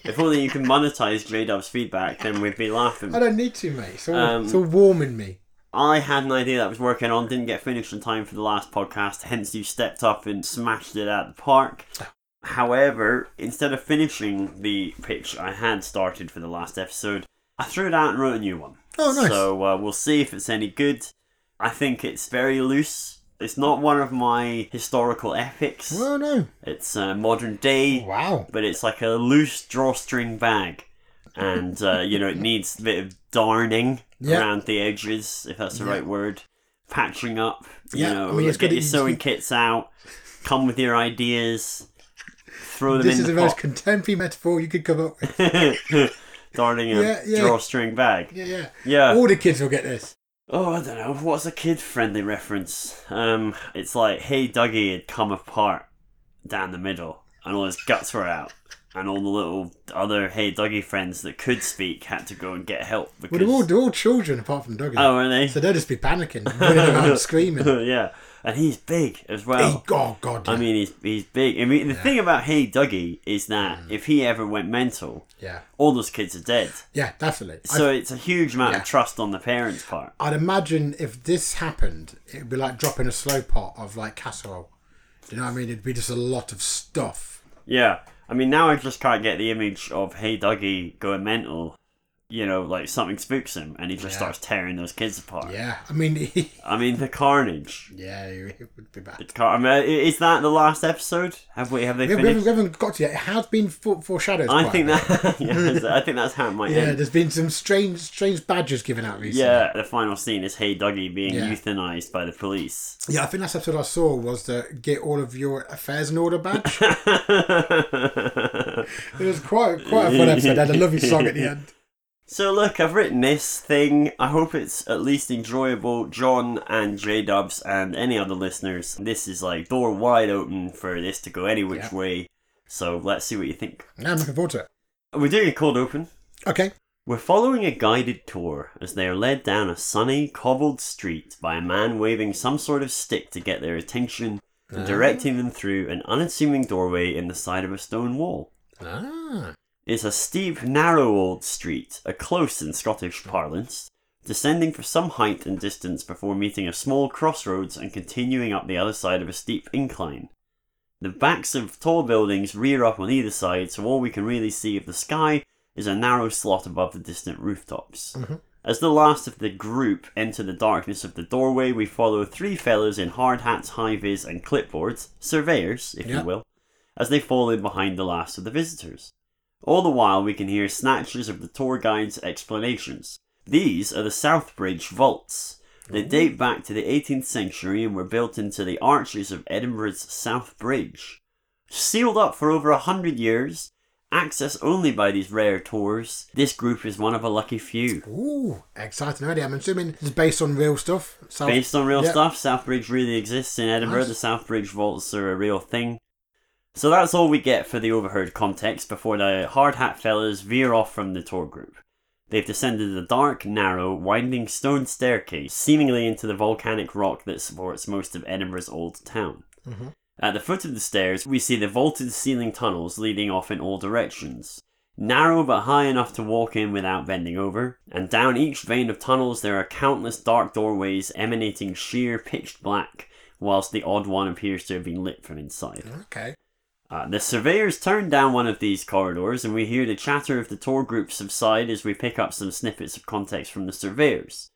Speaker 1: If only you can monetize J Dub's feedback, then we'd be laughing.
Speaker 2: I don't need to, mate. It's all,
Speaker 1: Um,
Speaker 2: it's all warm in me.
Speaker 1: I had an idea that I was working on, didn't get finished in time for the last podcast, hence you stepped up and smashed it out of the park. However, instead of finishing the pitch I had started for the last episode, I threw it out and wrote a new one.
Speaker 2: Oh, nice.
Speaker 1: So uh, we'll see if it's any good. I think it's very loose. It's not one of my historical epics.
Speaker 2: Well, no.
Speaker 1: It's uh, modern day
Speaker 2: Wow.
Speaker 1: but it's like a loose drawstring bag, and uh, you know it needs a bit of darning
Speaker 2: Yeah.
Speaker 1: around the edges, if that's the
Speaker 2: Yeah.
Speaker 1: right word, patching up. You
Speaker 2: Yeah,
Speaker 1: know,
Speaker 2: I mean, it's
Speaker 1: get
Speaker 2: good
Speaker 1: your
Speaker 2: that you-
Speaker 1: sewing kits out. Come with your ideas. Throw them
Speaker 2: This
Speaker 1: in
Speaker 2: is the,
Speaker 1: the,
Speaker 2: most
Speaker 1: pot.
Speaker 2: contemporary metaphor you could come up with.
Speaker 1: darning a
Speaker 2: Yeah, yeah.
Speaker 1: drawstring bag.
Speaker 2: Yeah, yeah.
Speaker 1: Yeah.
Speaker 2: All the kids will get this.
Speaker 1: Oh, I don't know. What's a kid-friendly reference? Um, it's like, hey, Dougie had come apart down the middle, and all his guts were out, and all the little other hey Dougie friends that could speak had to go and get help
Speaker 2: Well,
Speaker 1: because.
Speaker 2: they're all, they're all children apart from Dougie.
Speaker 1: oh, are they?
Speaker 2: So they'll just be panicking, running around screaming.
Speaker 1: yeah, and he's big as well.
Speaker 2: Hey, God, God.
Speaker 1: I
Speaker 2: yeah.
Speaker 1: mean, he's he's big. I mean, the thing about hey Dougie is that
Speaker 2: Mm.
Speaker 1: if he ever went mental,
Speaker 2: yeah.
Speaker 1: all those kids are dead.
Speaker 2: Yeah, definitely.
Speaker 1: So it's a huge amount
Speaker 2: Yeah.
Speaker 1: of trust on the parents' part.
Speaker 2: I'd imagine if this happened, it'd be like dropping a slow pot of like casserole. Do you know what I mean? It'd be just a lot of stuff.
Speaker 1: Yeah. I mean, now I just can't get the image of, hey, Dougie going mental. You know, like something spooks him and he just
Speaker 2: Yeah.
Speaker 1: starts tearing those kids apart.
Speaker 2: Yeah, I mean,
Speaker 1: I mean, the carnage.
Speaker 2: yeah, it would be bad.
Speaker 1: It's car- I mean, i- is that the last episode? Have we have they
Speaker 2: We, we haven't,
Speaker 1: finished?
Speaker 2: we haven't got to yet. It has been fore- foreshadowed.
Speaker 1: I
Speaker 2: quite
Speaker 1: think
Speaker 2: a bit.
Speaker 1: that yeah, I think that's how it might
Speaker 2: Yeah,
Speaker 1: end.
Speaker 2: there's been some strange, strange badges given out recently.
Speaker 1: Yeah, the final scene is Hey Dougie being
Speaker 2: Yeah.
Speaker 1: euthanized by the police.
Speaker 2: yeah. I think last episode I saw was the get all of your affairs in order badge. it was quite, quite a fun episode. I had a lovely song at the end.
Speaker 1: So look, I've written this thing. I hope it's at least enjoyable. John and J Dubs and any other listeners, this is like door wide open for this to go any which
Speaker 2: Yep.
Speaker 1: way. So let's see what you think.
Speaker 2: Now I'm looking forward to it.
Speaker 1: We're doing a cold open.
Speaker 2: Okay.
Speaker 1: We're following a guided tour as they are led down a sunny, cobbled street by a man waving some sort of stick to get their attention
Speaker 2: Uh-huh.
Speaker 1: and directing them through an unassuming doorway in the side of a stone wall.
Speaker 2: Ah.
Speaker 1: It's a steep, narrow old street, a close in Scottish parlance, descending for some height and distance before meeting a small crossroads and continuing up the other side of a steep incline. The backs of tall buildings rear up on either side, so all we can really see of the sky is a narrow slot above the distant rooftops.
Speaker 2: Mhm.
Speaker 1: As the last of the group enter the darkness of the doorway, we follow three fellows in hard hats, high vis, and clipboards, surveyors, if
Speaker 2: Yeah.
Speaker 1: you will, as they fall in behind the last of the visitors. All the while, we can hear snatches of the tour guide's explanations. These are the Southbridge vaults. They date back to the 18th century and were built into the arches of Edinburgh's South Bridge. Sealed up for over a hundred years, access only by these rare tours, this group is one of a lucky few.
Speaker 2: Ooh, exciting idea. I'm assuming this is based on real stuff. So
Speaker 1: Based on real
Speaker 2: yeah.
Speaker 1: stuff, Southbridge really exists in Edinburgh.
Speaker 2: Nice.
Speaker 1: The Southbridge vaults are a real thing. So that's all we get for the overheard context before the hard hat fellas veer off from the tour group. They've descended a dark, narrow, winding stone staircase, seemingly into the volcanic rock that supports most of Edinburgh's old town. At the foot of the stairs, we see the vaulted ceiling tunnels leading off in all directions. Narrow but high enough to walk in without bending over, and down each vein of tunnels there are countless dark doorways emanating sheer pitch black, whilst the odd one appears to have been lit from inside.
Speaker 2: Okay.
Speaker 1: Uh, the surveyors turn down one of these corridors, and we hear the chatter of the tour group subside as we pick up some snippets of context from the surveyors.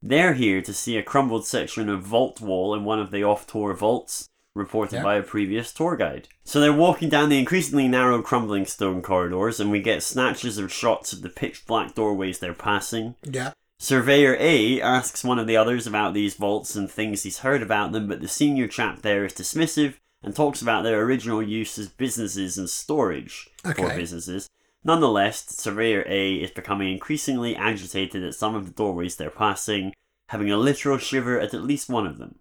Speaker 1: They're here to see a crumbled section of vault wall in one of the off tour vaults, reported
Speaker 2: Yeah.
Speaker 1: by a previous tour guide. So they're walking down the increasingly narrow, crumbling stone corridors, and we get snatches of shots of the pitch black doorways they're passing.
Speaker 2: Yeah.
Speaker 1: Surveyor A asks one of the others about these vaults and things he's heard about them, but the senior chap there is dismissive and talks about their original use as businesses and storage for
Speaker 2: Okay.
Speaker 1: businesses. Nonetheless, Surveyor A is becoming increasingly agitated at some of the doorways they're passing, having a literal shiver at at least one of them.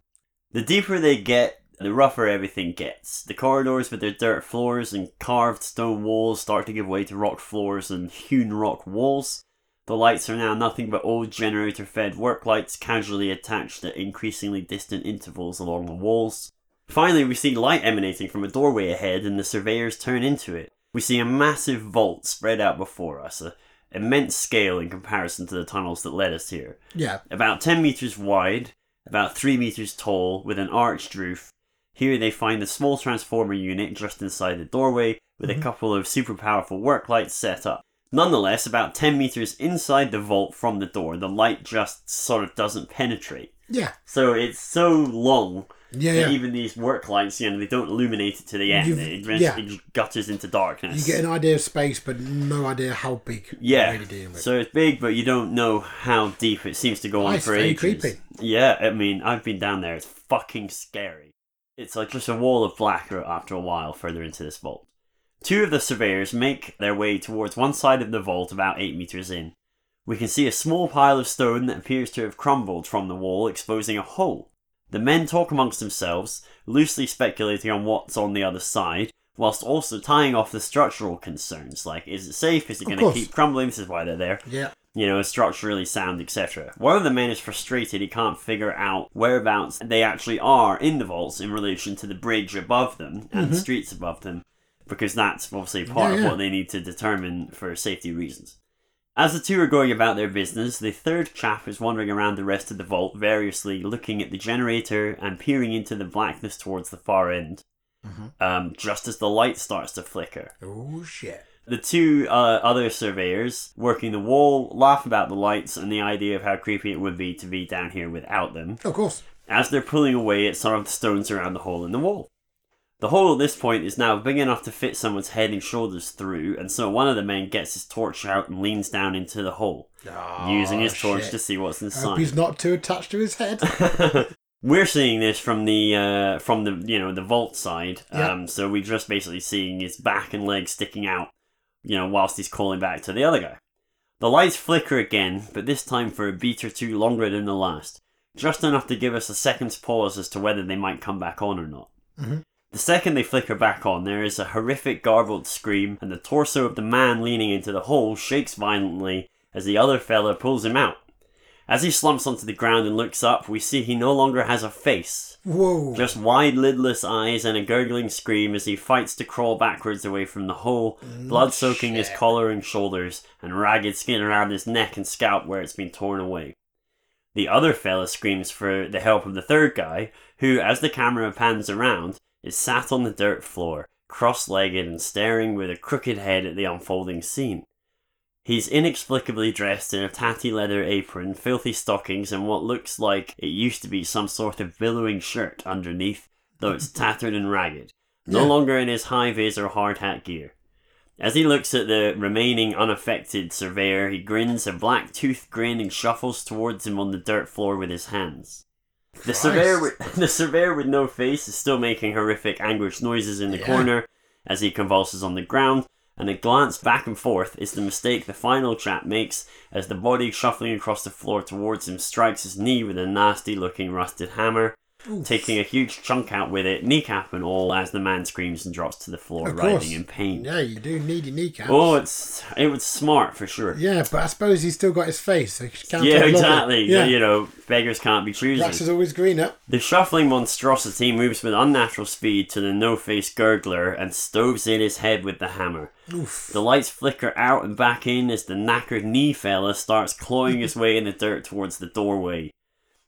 Speaker 1: The deeper they get, the rougher everything gets. The corridors with their dirt floors and carved stone walls start to give way to rock floors and hewn rock walls. The lights are now nothing but old generator fed work lights casually attached at increasingly distant intervals along the walls. Finally, we see light emanating from a doorway ahead, and the surveyors turn into it. We see a massive vault spread out before us, a immense scale in comparison to the tunnels that led us here
Speaker 2: Yeah.
Speaker 1: about 10 meters wide, about 3 meters tall, with an arched roof. Here they find a small transformer unit just inside the doorway, with
Speaker 2: Mm-hmm.
Speaker 1: a couple of super powerful work lights set up. Nonetheless, about 10 meters inside the vault from the door, the light just sort of doesn't penetrate.
Speaker 2: Yeah.
Speaker 1: So it's so long
Speaker 2: Yeah.
Speaker 1: that
Speaker 2: yeah.
Speaker 1: even these work lights, you know, they don't illuminate it to the end.
Speaker 2: You've-
Speaker 1: it
Speaker 2: yeah.
Speaker 1: eventually gutters into darkness.
Speaker 2: You get an idea of space, but no idea how big. you're
Speaker 1: Yeah.
Speaker 2: Really dealing with.
Speaker 1: So it's big, but you don't know how deep it seems to go on
Speaker 2: Nice,
Speaker 1: for
Speaker 2: very
Speaker 1: ages.
Speaker 2: creepy.
Speaker 1: Yeah, I mean, I've been down there. It's fucking scary. It's like just a wall of black after a while further into this vault. Two of the surveyors make their way towards one side of the vault about 8 meters in. We can see a small pile of stone that appears to have crumbled from the wall, exposing a hole. The men talk amongst themselves, loosely speculating on what's on the other side, whilst also tying off the structural concerns like is it safe, is it
Speaker 2: Of
Speaker 1: going to
Speaker 2: course.
Speaker 1: keep crumbling, this is why they're there
Speaker 2: yeah.
Speaker 1: you know, structurally sound, etc. One of the men is frustrated he can't figure out whereabouts they actually are in the vaults in relation to the bridge above them and the streets above them, because that's obviously part
Speaker 2: Mm-hmm. Yeah,
Speaker 1: of
Speaker 2: yeah.
Speaker 1: what they need to determine for safety reasons. As the two are going about their business, the third chap is wandering around the rest of the vault, variously looking at the generator and peering into the blackness towards the far end,
Speaker 2: Mm-hmm.
Speaker 1: um, just as the light starts to flicker.
Speaker 2: Oh shit.
Speaker 1: The two uh, other surveyors working the wall laugh about the lights and the idea of how creepy it would be to be down here without them,
Speaker 2: Of course.
Speaker 1: as they're pulling away at some of the stones around the hole in the wall. The hole at this point is now big enough to fit someone's head and shoulders through, and so one of the men gets his torch out and leans down into the hole, using
Speaker 2: Ah,
Speaker 1: his torch to see what's
Speaker 2: Oh, I hope
Speaker 1: inside.
Speaker 2: he's not too attached to his head.
Speaker 1: We're seeing this from the uh, from the you know the vault side.
Speaker 2: Yeah.
Speaker 1: Um, so we're just basically seeing his back and legs sticking out, you know, whilst he's calling back to the other guy. The lights flicker again, but this time for a beat or two longer than the last, just enough to give us a second's pause as to whether they might come back on or not.
Speaker 2: Mhm.
Speaker 1: The second they flicker back on, there is a horrific garbled scream, and the torso of the man leaning into the hole shakes violently as the other fella pulls him out. As he slumps onto the ground and looks up, we see he no longer has a face,
Speaker 2: Whoa.
Speaker 1: just wide lidless eyes and a gurgling scream as he fights to crawl backwards away from the hole, blood soaking his
Speaker 2: shit.
Speaker 1: collar and shoulders, and ragged skin around his neck and scalp where it's been torn away. The other fella screams for the help of the third guy, who, as the camera pans around, is sat on the dirt floor, cross legged and staring with a crooked head at the unfolding scene. He's inexplicably dressed in a tatty leather apron, filthy stockings, and what looks like it used to be some sort of billowing shirt underneath, though it's tattered and ragged. No
Speaker 2: Yeah.
Speaker 1: longer in his high vis or hard hat gear. As he looks at the remaining unaffected surveyor, he grins a black toothed grin and shuffles towards him on the dirt floor with his hands. The
Speaker 2: Christ.
Speaker 1: surveyor, with, the surveyor with no face is still making horrific, anguished noises in the
Speaker 2: Yeah.
Speaker 1: corner as he convulses on the ground, and a glance back and forth is the mistake the final chap makes as the body shuffling across the floor towards him strikes his knee with a nasty looking rusted hammer,
Speaker 2: Oof.
Speaker 1: taking a huge chunk out with it, kneecap and all, as the man screams and drops to the floor,
Speaker 2: Of course.
Speaker 1: writhing in pain.
Speaker 2: Yeah, you do need your kneecaps.
Speaker 1: Oh, it's it was smart for sure. Yeah,
Speaker 2: yeah, but I suppose he's still got his face. So he can't tell nothing.
Speaker 1: exactly.
Speaker 2: Yeah,
Speaker 1: You know, beggars can't be choosers.
Speaker 2: grass is always greener.
Speaker 1: The shuffling monstrosity moves with unnatural speed to the no face gurgler and stoves in his head with the hammer.
Speaker 2: Oof.
Speaker 1: The lights flicker out and back in as the knackered knee fella starts clawing his way in the dirt towards the doorway.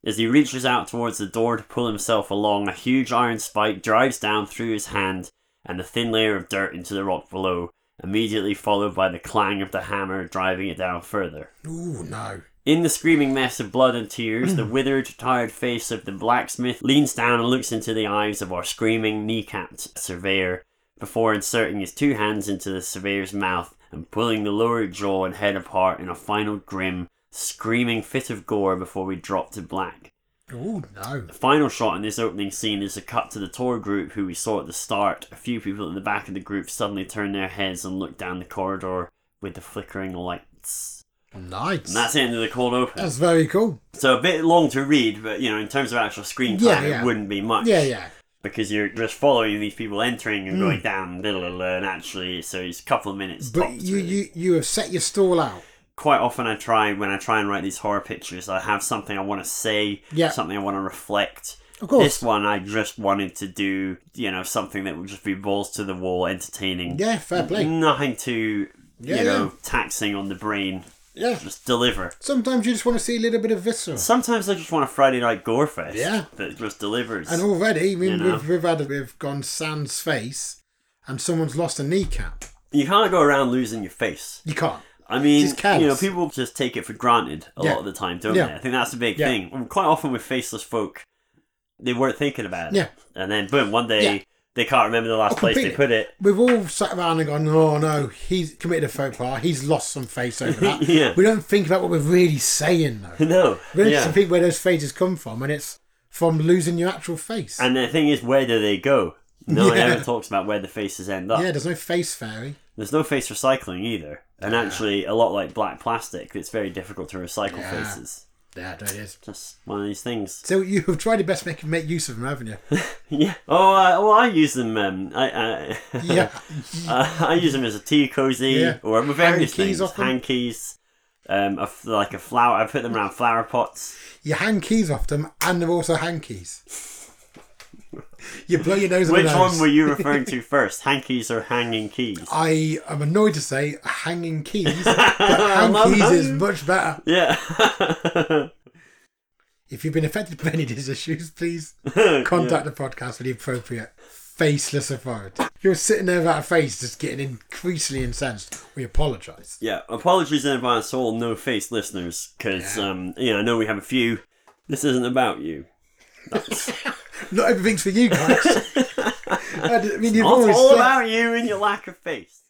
Speaker 1: As he reaches out towards the door to pull himself along, a huge iron spike drives down through his hand and the thin layer of dirt into the rock below, immediately followed by the clang of the hammer driving it down further.
Speaker 2: Ooh, no.
Speaker 1: In the screaming mess of blood and tears, the withered, tired face of the blacksmith leans down and looks into the eyes of our screaming, kneecapped surveyor before inserting his two hands into the surveyor's mouth and pulling the lower jaw and head apart in a final grim, screaming fit of gore before we drop to black.
Speaker 2: Ooh, no.
Speaker 1: The final shot in this opening scene is a cut to the tour group who we saw at the start. A few people at the back of the group suddenly turn their heads and look down the corridor with the flickering lights.
Speaker 2: Nice.
Speaker 1: And that's the end of the cold open.
Speaker 2: That's very cool.
Speaker 1: So a bit long to read, but you know, in terms of actual screen time,
Speaker 2: Yeah, yeah.
Speaker 1: it wouldn't be much.
Speaker 2: Yeah, yeah.
Speaker 1: Because you're just following these people entering and going down, blah, blah, blah, and actually, so it's a couple of minutes.
Speaker 2: But
Speaker 1: tops,
Speaker 2: you,
Speaker 1: really.
Speaker 2: you, you have set your stall out.
Speaker 1: Quite often, I try when I try and write these horror pictures, I have something I want to say,
Speaker 2: Yeah.
Speaker 1: something I want to reflect.
Speaker 2: Of course.
Speaker 1: This one, I just wanted to do, you know, something that would just be balls to the wall, entertaining.
Speaker 2: Yeah, fair play.
Speaker 1: Nothing too, you
Speaker 2: Yeah, yeah.
Speaker 1: know, taxing on the brain.
Speaker 2: Yeah.
Speaker 1: Just deliver.
Speaker 2: Sometimes you just want to see a little bit of visceral.
Speaker 1: Sometimes I just want a Friday night gore fest.
Speaker 2: Yeah.
Speaker 1: That just delivers.
Speaker 2: And already, I mean,
Speaker 1: You know.
Speaker 2: we've, we've had we've gone sans face, and someone's lost a kneecap.
Speaker 1: you can't go around losing your face.
Speaker 2: You can't.
Speaker 1: I mean,
Speaker 2: Just counts.
Speaker 1: you know, people just take it for granted a
Speaker 2: Yeah.
Speaker 1: lot of the time, don't
Speaker 2: Yeah.
Speaker 1: they? I think that's the big
Speaker 2: Yeah.
Speaker 1: thing. And Quite often with faceless folk, they weren't thinking about it.
Speaker 2: Yeah.
Speaker 1: And then, boom, one day
Speaker 2: Yeah.
Speaker 1: they can't remember the last
Speaker 2: Oh,
Speaker 1: place they
Speaker 2: completely.
Speaker 1: put it.
Speaker 2: We've all sat around and gone, "Oh no, he's committed a faux pas. He's lost some face over that."
Speaker 1: Yeah.
Speaker 2: We don't think about what we're really saying though.
Speaker 1: No.
Speaker 2: We don't
Speaker 1: yeah.
Speaker 2: think where those faces come from, and it's from losing your actual face.
Speaker 1: And the thing is, where do they go? No one
Speaker 2: Yeah.
Speaker 1: ever talks about where the faces end up.
Speaker 2: yeah, there's no face fairy.
Speaker 1: There's no face recycling either. And
Speaker 2: Ah.
Speaker 1: actually, a lot like black plastic, it's very difficult to recycle
Speaker 2: Yeah.
Speaker 1: faces.
Speaker 2: Yeah, there it is.
Speaker 1: Just one of these things.
Speaker 2: So you have tried your best to make, make use of them, haven't you?
Speaker 1: Yeah. Oh, I, well, I use them. Um, I, I,
Speaker 2: Yeah.
Speaker 1: uh, I use them as a tea cozy
Speaker 2: Yeah.
Speaker 1: or with various
Speaker 2: Hankies
Speaker 1: things,
Speaker 2: off them.
Speaker 1: hankies. Um, a f like a flower. I put them around flower pots.
Speaker 2: you hang keys off them, and they're also hankies. You blow your nose. on
Speaker 1: Which
Speaker 2: the
Speaker 1: one
Speaker 2: nose.
Speaker 1: were you referring to first? Hankies or hanging keys?
Speaker 2: I am annoyed to say hanging keys, but hankies is much better.
Speaker 1: Yeah.
Speaker 2: If you've been affected by any of these issues, please
Speaker 1: Yeah.
Speaker 2: contact the podcast with the appropriate faceless authority. You're sitting there without a face, just getting increasingly incensed. We apologise.
Speaker 1: Yeah, apologies in advance to all no face listeners, because
Speaker 2: Yeah.
Speaker 1: um, you know I know we have a few. This isn't about you. That's,
Speaker 2: Not everything's for you guys. I d- I mean, you've
Speaker 1: Well, It's
Speaker 2: always
Speaker 1: all
Speaker 2: said-
Speaker 1: about you and your lack of faith.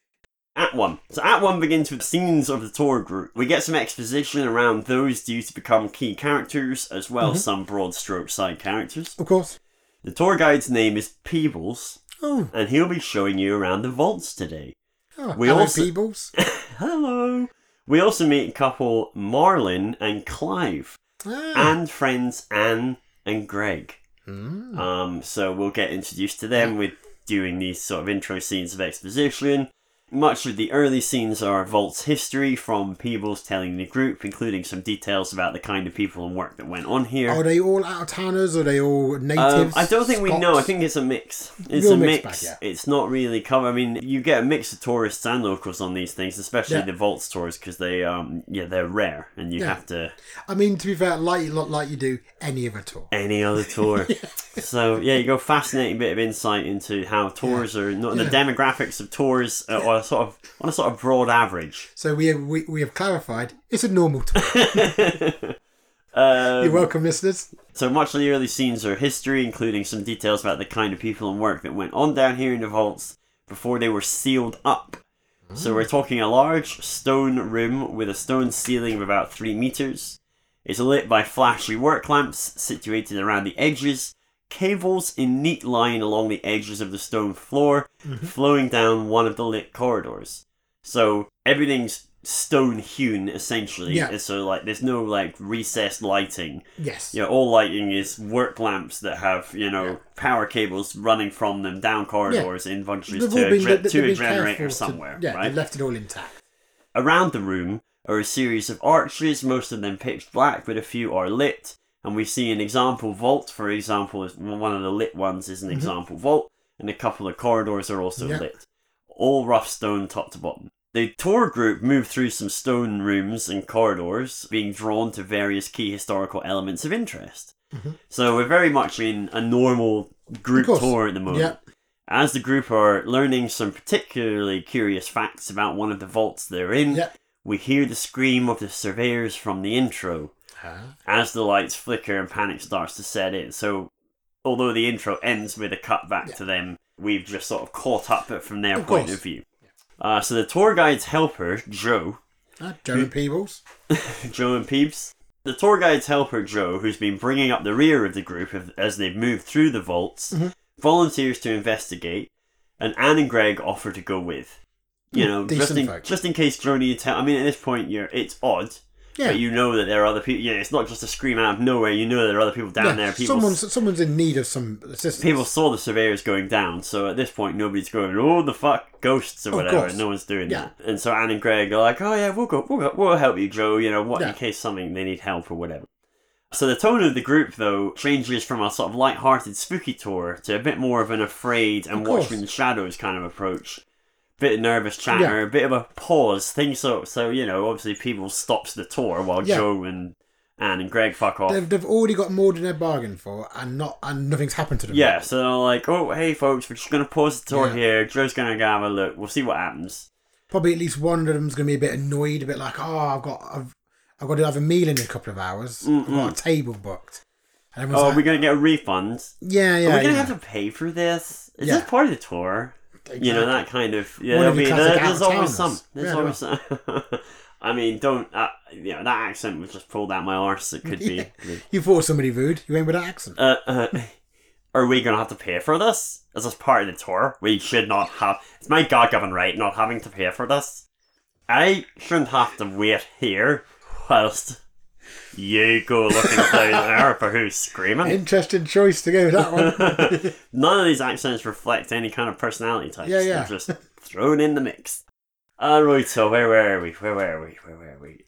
Speaker 1: At one. So At one begins with scenes of the tour group. We get some exposition around those due to become key characters, as well
Speaker 2: Mm-hmm.
Speaker 1: as some broad stroke side characters.
Speaker 2: of course.
Speaker 1: The tour guide's name is Peebles,
Speaker 2: Oh,
Speaker 1: and he'll be showing you around the vaults today.
Speaker 2: oh
Speaker 1: We
Speaker 2: hello,
Speaker 1: also-
Speaker 2: Peebles.
Speaker 1: Hello! We also meet a couple Marlin and Clive,
Speaker 2: Ah.
Speaker 1: and friends Anne and Greg.
Speaker 2: Hmm.
Speaker 1: Um, so we'll get introduced to them with doing these sort of intro scenes of exposition. Much of the early scenes are Vault's history from Peebles telling the group, including some details about the kind of people and work that went on here.
Speaker 2: Are they all out of towners? Are they all
Speaker 1: Um,
Speaker 2: Oh, natives?
Speaker 1: I don't think we know. I
Speaker 2: Scots?
Speaker 1: think it's a mix. It's
Speaker 2: Real
Speaker 1: a
Speaker 2: mixed
Speaker 1: mix.
Speaker 2: bag,
Speaker 1: It's not really cover. I mean, you get a mix of tourists and locals on these things, especially
Speaker 2: Yeah.
Speaker 1: the vaults tours, because they, um, yeah, they're rare, and you
Speaker 2: Yeah.
Speaker 1: have to
Speaker 2: I mean, to be fair, like lot like you do any other tour.
Speaker 1: any other tour. so yeah, you go fascinating bit of insight into how tours are not the
Speaker 2: Yeah.
Speaker 1: demographics of tours uh, or a sort of on a sort of broad average.
Speaker 2: So we have, we, we have clarified it's a normal time.
Speaker 1: Um,
Speaker 2: You're welcome, listeners.
Speaker 1: So much of the early scenes are history, including some details about the kind of people and work that went on down here in the vaults before they were sealed up. So we're talking a large stone room with a stone ceiling of about three meters. It's lit by flashy work lamps situated around the edges, cables in neat line along the edges of the stone floor, flowing down one of the lit corridors. So everything's stone hewn essentially.
Speaker 2: Yeah.
Speaker 1: So like there's no like recessed lighting.
Speaker 2: Yes.
Speaker 1: Yeah, all lighting is work lamps that have, you know, power cables running from them down corridors in bunches
Speaker 2: They've
Speaker 1: to
Speaker 2: all
Speaker 1: a,
Speaker 2: been-
Speaker 1: gen-
Speaker 2: they-
Speaker 1: to a
Speaker 2: they've been
Speaker 1: generator
Speaker 2: careful to-
Speaker 1: somewhere,
Speaker 2: yeah,
Speaker 1: right?
Speaker 2: they left it all intact.
Speaker 1: Around the room are a series of arches, most of them pitch black, but a few are lit. And we see an example vault, for example, is one of the lit ones is an example vault, and a couple of corridors are also
Speaker 2: Mm-hmm. Yeah.
Speaker 1: lit. All rough stone top to bottom. The tour group moved through some stone rooms and corridors, being drawn to various key historical elements of interest. So we're very much in a normal group
Speaker 2: Mm-hmm. course.
Speaker 1: tour at the moment.
Speaker 2: Yeah.
Speaker 1: As the group are learning some particularly curious facts about one of the vaults they're in,
Speaker 2: Yeah.
Speaker 1: we hear the scream of the surveyors from the intro
Speaker 2: Ah.
Speaker 1: as the lights flicker and panic starts to set in. So, although the intro ends with a cut back to them, we've just sort of caught up it from their
Speaker 2: Of
Speaker 1: point
Speaker 2: course.
Speaker 1: of view. Uh, so the tour guide's helper, Joe,
Speaker 2: Ah, Joe and Peebles.
Speaker 1: Joe and Peeps. The tour guide's helper, Joe, who's been bringing up the rear of the group of- as they've moved through the vaults,
Speaker 2: Mm-hmm.
Speaker 1: volunteers to investigate, and Anne and Greg offer to go with. You
Speaker 2: Hmm,
Speaker 1: know, just
Speaker 2: decent
Speaker 1: in,
Speaker 2: folk.
Speaker 1: just in case Joni and Tell. I mean, at this point, you're it's odd,
Speaker 2: Yeah.
Speaker 1: but you know that there are other people. Yeah, it's not just a scream out of nowhere. You know there are other people down
Speaker 2: yeah.
Speaker 1: there. People,
Speaker 2: Someone's, someone's in need of some assistance.
Speaker 1: people saw the surveyors going down, so at this point, nobody's going, "Oh, the fuck, ghosts or
Speaker 2: Of
Speaker 1: whatever."
Speaker 2: course.
Speaker 1: No one's doing
Speaker 2: Yeah.
Speaker 1: that. And so Anne and Greg are like, "Oh yeah, we'll go, we'll go, we'll help you, Joe. You know, what
Speaker 2: Yeah.
Speaker 1: in case something they need help or whatever." So the tone of the group, though, changes from a sort of light-hearted, spooky tour to a bit more of an afraid and
Speaker 2: Of course.
Speaker 1: watching the shadows kind of approach. Bit of nervous chatter,
Speaker 2: Yeah.
Speaker 1: a bit of a pause. Things so so you know, obviously, people stops the tour while
Speaker 2: Yeah.
Speaker 1: Joe and Anne and Greg fuck off.
Speaker 2: They've, they've already got more than they bargained for, and not and nothing's happened to them.
Speaker 1: Yeah, so they're like, oh, hey, folks, we're just going to pause the tour
Speaker 2: Yeah.
Speaker 1: here. Joe's going to go have a look. We'll see what happens.
Speaker 2: Probably at least one of them's going to be a bit annoyed, a bit like, oh, I've got I've, I've got to have a meal in a couple of hours. I've got a table booked. And everyone's
Speaker 1: oh,
Speaker 2: like,
Speaker 1: we're going to get a refund.
Speaker 2: yeah, yeah.
Speaker 1: Are we going to
Speaker 2: yeah.
Speaker 1: have to pay for this? Is
Speaker 2: Yeah.
Speaker 1: this part of the tour? You know,
Speaker 2: Exactly.
Speaker 1: that kind of. Yeah,
Speaker 2: One
Speaker 1: there'll
Speaker 2: of the
Speaker 1: be,
Speaker 2: classic
Speaker 1: there, there's always
Speaker 2: out-of-towners.
Speaker 1: some. There's
Speaker 2: Yeah,
Speaker 1: always some. I mean, don't. Uh, you know, that accent was just pulled out my arse. It could be.
Speaker 2: You thought somebody rude. You went with that accent.
Speaker 1: Uh, uh, are we going to have to pay for this? Is this part of the tour? We should not have. It's my God given right not having to pay for this. I shouldn't have to wait here whilst you go looking down there for who's screaming.
Speaker 2: Interesting choice to go with that one.
Speaker 1: None of these accents reflect any kind of personality types.
Speaker 2: Yeah, yeah.
Speaker 1: They're just thrown in the mix. Alright, so where were we? Where were we? Where were we?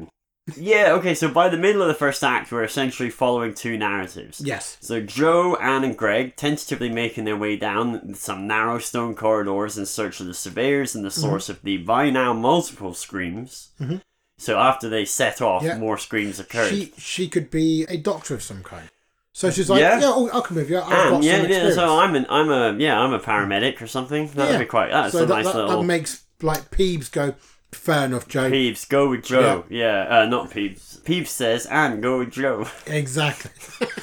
Speaker 1: Um, yeah, okay, so by the middle of the first act, we're essentially following two narratives.
Speaker 2: yes.
Speaker 1: So Joe, Anne, and Greg tentatively making their way down some narrow stone corridors in search of the surveyors and the
Speaker 2: Mm-hmm.
Speaker 1: source of the by now multiple screams.
Speaker 2: Mhm.
Speaker 1: So after they set off,
Speaker 2: Yeah.
Speaker 1: more screams occurred.
Speaker 2: She she could be a doctor of some kind. So she's like,
Speaker 1: Yeah.
Speaker 2: yeah, oh, I'll come with you. I've got
Speaker 1: Anne, yeah, yeah.
Speaker 2: some experience.
Speaker 1: So I'm an, I'm a, yeah, I'm a paramedic or something. That'd
Speaker 2: Yeah.
Speaker 1: be quite. That's
Speaker 2: so
Speaker 1: a
Speaker 2: that,
Speaker 1: nice
Speaker 2: that, that
Speaker 1: little.
Speaker 2: makes like Peebs go, fair enough, Joe.
Speaker 1: Peeves, go with Joe. Yeah, uh, not Peeves. Peeves says, Anne, go with Joe.
Speaker 2: Exactly.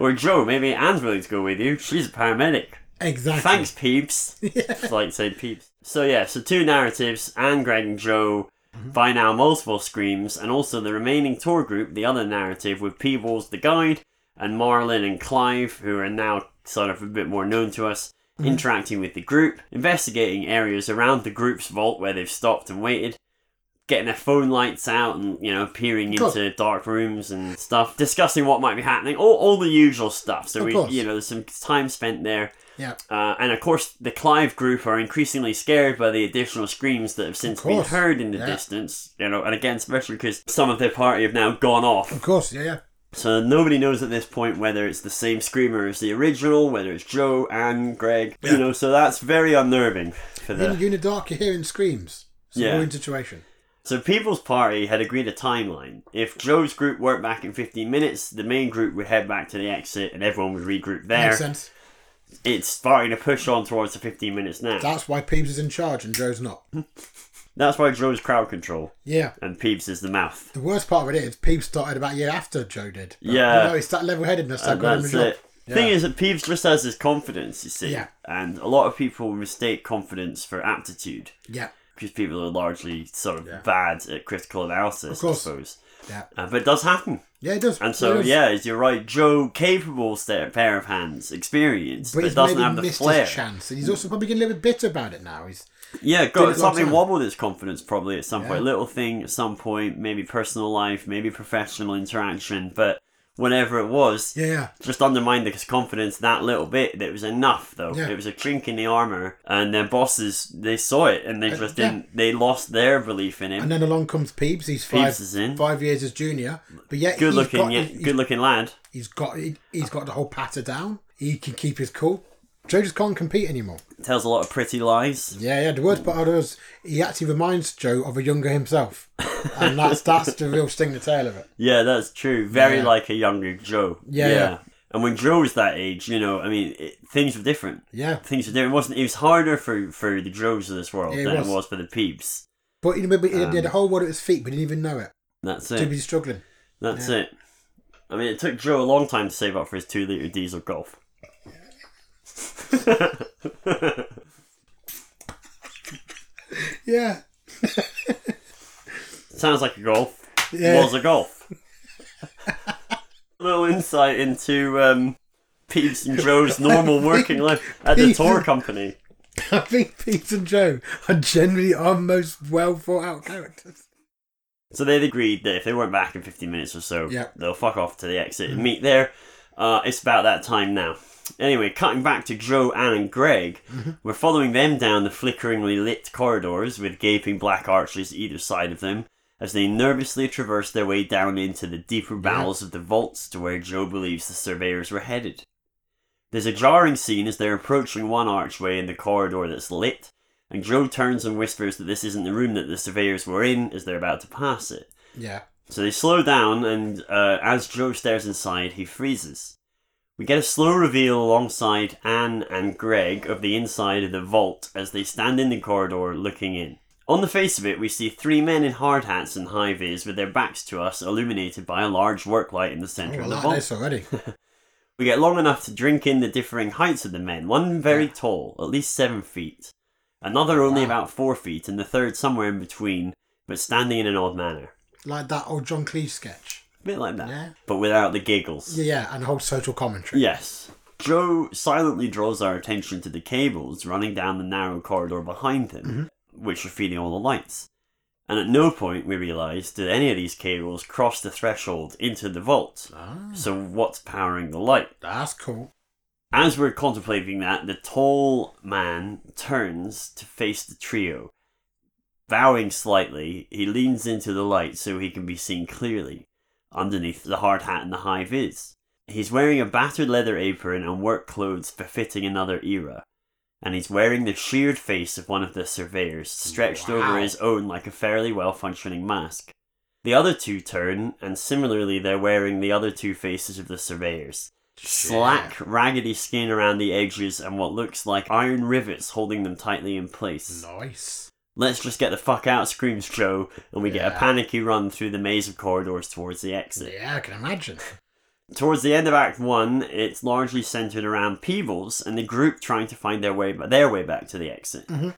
Speaker 1: Or Joe, maybe Anne's willing to go with you. She's a paramedic.
Speaker 2: exactly.
Speaker 1: Thanks, Peeps. Flight said Peeps. So yeah, so two narratives, Anne, Greg, and Joe.
Speaker 2: Mm-hmm.
Speaker 1: By now, multiple screams, and also the remaining tour group, the other narrative with Peebles, the guide, and Marlin and Clive, who are now sort of a bit more known to us,
Speaker 2: Mm-hmm.
Speaker 1: interacting with the group, investigating areas around the group's vault where they've stopped and waited, getting their phone lights out, and you know, peering
Speaker 2: Cool.
Speaker 1: into dark rooms and stuff, discussing what might be happening, all, all the usual stuff. So
Speaker 2: Of
Speaker 1: we,
Speaker 2: course.
Speaker 1: you know, there's some time spent there.
Speaker 2: Yeah.
Speaker 1: Uh, and of course, the Clive group are increasingly scared by the additional screams that have since been
Speaker 2: course,
Speaker 1: heard in the
Speaker 2: yeah.
Speaker 1: distance. You know, and again, especially because some of their party have now gone off,
Speaker 2: Of course. Yeah. Yeah.
Speaker 1: so nobody knows at this point whether it's the same screamer as the original, whether it's Joe and Greg.
Speaker 2: Yeah.
Speaker 1: You know, so that's very unnerving for
Speaker 2: In,
Speaker 1: them.
Speaker 2: you in the dark, you're hearing screams. It's
Speaker 1: Yeah.
Speaker 2: a weird situation.
Speaker 1: So People's Party had agreed a timeline. If Joe's group worked back in 15 minutes, the main group would head back to the exit, and everyone would regroup there.
Speaker 2: Makes sense.
Speaker 1: it's starting to push on towards the 15 minutes now.
Speaker 2: That's why Peeves is in charge and Joe's not.
Speaker 1: That's why Joe's crowd control
Speaker 2: Yeah.
Speaker 1: and Peeves is the mouth.
Speaker 2: The worst part of it is Peeves started about a year after Joe did. But,
Speaker 1: Yeah.
Speaker 2: You know, it's that level headedness that
Speaker 1: And
Speaker 2: got him a
Speaker 1: that's
Speaker 2: job.
Speaker 1: it. Thing
Speaker 2: Yeah.
Speaker 1: is that Peeves just has his confidence, you see.
Speaker 2: Yeah.
Speaker 1: And a lot of people mistake confidence for aptitude
Speaker 2: Yeah.
Speaker 1: because people are largely sort of
Speaker 2: Yeah.
Speaker 1: bad at critical analysis,
Speaker 2: Of course.
Speaker 1: I suppose.
Speaker 2: Yeah.
Speaker 1: Uh, but it does happen.
Speaker 2: Yeah, it does.
Speaker 1: And so,
Speaker 2: It does.
Speaker 1: yeah, you're right. Joe, capable sta- pair of hands, experienced,
Speaker 2: But
Speaker 1: but,
Speaker 2: he's
Speaker 1: doesn't
Speaker 2: maybe
Speaker 1: have the
Speaker 2: missed
Speaker 1: flair.
Speaker 2: his chance. And he's also probably getting a little bit bitter about it now. He's
Speaker 1: Yeah, got
Speaker 2: Did it
Speaker 1: something
Speaker 2: last time.
Speaker 1: wobbled his confidence probably at some point.
Speaker 2: Yeah.
Speaker 1: Little thing at some point, maybe personal life, maybe professional interaction, but whenever it was,
Speaker 2: Yeah, yeah.
Speaker 1: just undermined his confidence that little bit. That was enough though.
Speaker 2: Yeah.
Speaker 1: It was a chink in the armor, and their bosses they saw it and they
Speaker 2: Uh,
Speaker 1: just
Speaker 2: yeah.
Speaker 1: didn't. They lost their belief in him.
Speaker 2: And then along comes Peeves. He's five
Speaker 1: Peeves is in.
Speaker 2: five years as junior, but yet
Speaker 1: Good
Speaker 2: he's
Speaker 1: looking,
Speaker 2: got,
Speaker 1: yeah,
Speaker 2: he's-
Speaker 1: good looking lad.
Speaker 2: he's got he, has got the whole patter down. He can keep his cool. Joe just can't compete anymore.
Speaker 1: Tells a lot of pretty lies.
Speaker 2: Yeah, yeah. The worst part is he actually reminds Joe of a younger himself, and that's that's the real sting the tail of it.
Speaker 1: Yeah, that's true. Very
Speaker 2: Yeah.
Speaker 1: like a younger Joe.
Speaker 2: Yeah, yeah.
Speaker 1: And when Joe was that age, you know, I mean, it, things were different.
Speaker 2: Yeah,
Speaker 1: things were different. It wasn't. It was harder for for the Joes of this world
Speaker 2: Yeah, it
Speaker 1: than
Speaker 2: was.
Speaker 1: it was for the Peeps.
Speaker 2: but he, but he had
Speaker 1: Um,
Speaker 2: a whole world at his feet, but he didn't even know it.
Speaker 1: That's
Speaker 2: Too busy
Speaker 1: it.
Speaker 2: struggling.
Speaker 1: That's it. I mean, it took Joe a long time to save up for his two liter diesel golf.
Speaker 2: Yeah,
Speaker 1: Sounds like a golf.
Speaker 2: Yeah.
Speaker 1: Was a golf. Little insight into um, Peeps and Joe's normal working life at the
Speaker 2: Peeps-
Speaker 1: tour company.
Speaker 2: I think Peeves and Joe are generally our most well thought out characters.
Speaker 1: So they'd agreed that if they weren't back in 15 minutes or so,
Speaker 2: Yeah.
Speaker 1: they'll fuck off to the exit and meet there. Uh, it's about that time now. Anyway, cutting back to Joe, Anne, and Greg,
Speaker 2: Mm-hmm.
Speaker 1: we're following them down the flickeringly lit corridors with gaping black arches either side of them as they nervously traverse their way down into the deeper bowels of the vaults to where Joe believes the surveyors were headed. There's a jarring scene as they're approaching one archway in the corridor that's lit, and Joe turns and whispers that this isn't the room that the surveyors were in as they're about to pass it.
Speaker 2: Yeah,
Speaker 1: So they slow down, and uh, as Joe stares inside, he freezes. We get a slow reveal alongside Anne and Greg of the inside of the vault as they stand in the corridor looking in. On the face of it, we see three men in hard hats and high vis with their backs to us, illuminated by a large work light in the
Speaker 2: oh,
Speaker 1: centre
Speaker 2: I
Speaker 1: of the
Speaker 2: like
Speaker 1: vault.
Speaker 2: this already.
Speaker 1: We get long enough to drink in the differing heights of the men. One very tall, at least seven feet. Another only
Speaker 2: Wow.
Speaker 1: about four feet, and the third somewhere in between, but standing in an odd manner.
Speaker 2: like that old John Cleese sketch.
Speaker 1: A bit like that,
Speaker 2: Yeah.
Speaker 1: but without the giggles.
Speaker 2: Yeah, yeah, and the whole social commentary.
Speaker 1: Yes. Joe silently draws our attention to the cables running down the narrow corridor behind them,
Speaker 2: Mm-hmm.
Speaker 1: which are feeding all the lights. And at no point, we realise, did any of these cables cross the threshold into the vault.
Speaker 2: Ah,
Speaker 1: So, what's powering the light?
Speaker 2: that's cool.
Speaker 1: As we're contemplating that, the tall man turns to face the trio. Bowing slightly, he leans into the light so he can be seen clearly, underneath the hard hat and the high vis. He's wearing a battered leather apron and work clothes befitting another era, and he's wearing the sheared face of one of the surveyors, stretched over
Speaker 2: Wow.
Speaker 1: his own like a fairly well functioning mask. The other two turn, and similarly, they're wearing the other two faces of the surveyors. Slack, raggedy skin around the edges and what looks like iron rivets holding them tightly in place.
Speaker 2: Nice.
Speaker 1: Let's just get the fuck out, screams Joe, and we get a
Speaker 2: Yeah.
Speaker 1: panicky run through the maze of corridors towards the exit.
Speaker 2: Yeah, I can imagine.
Speaker 1: Towards the end of Act 1, it's largely centered around Peebles and the group trying to find their way their way back to the exit.
Speaker 2: Mhm.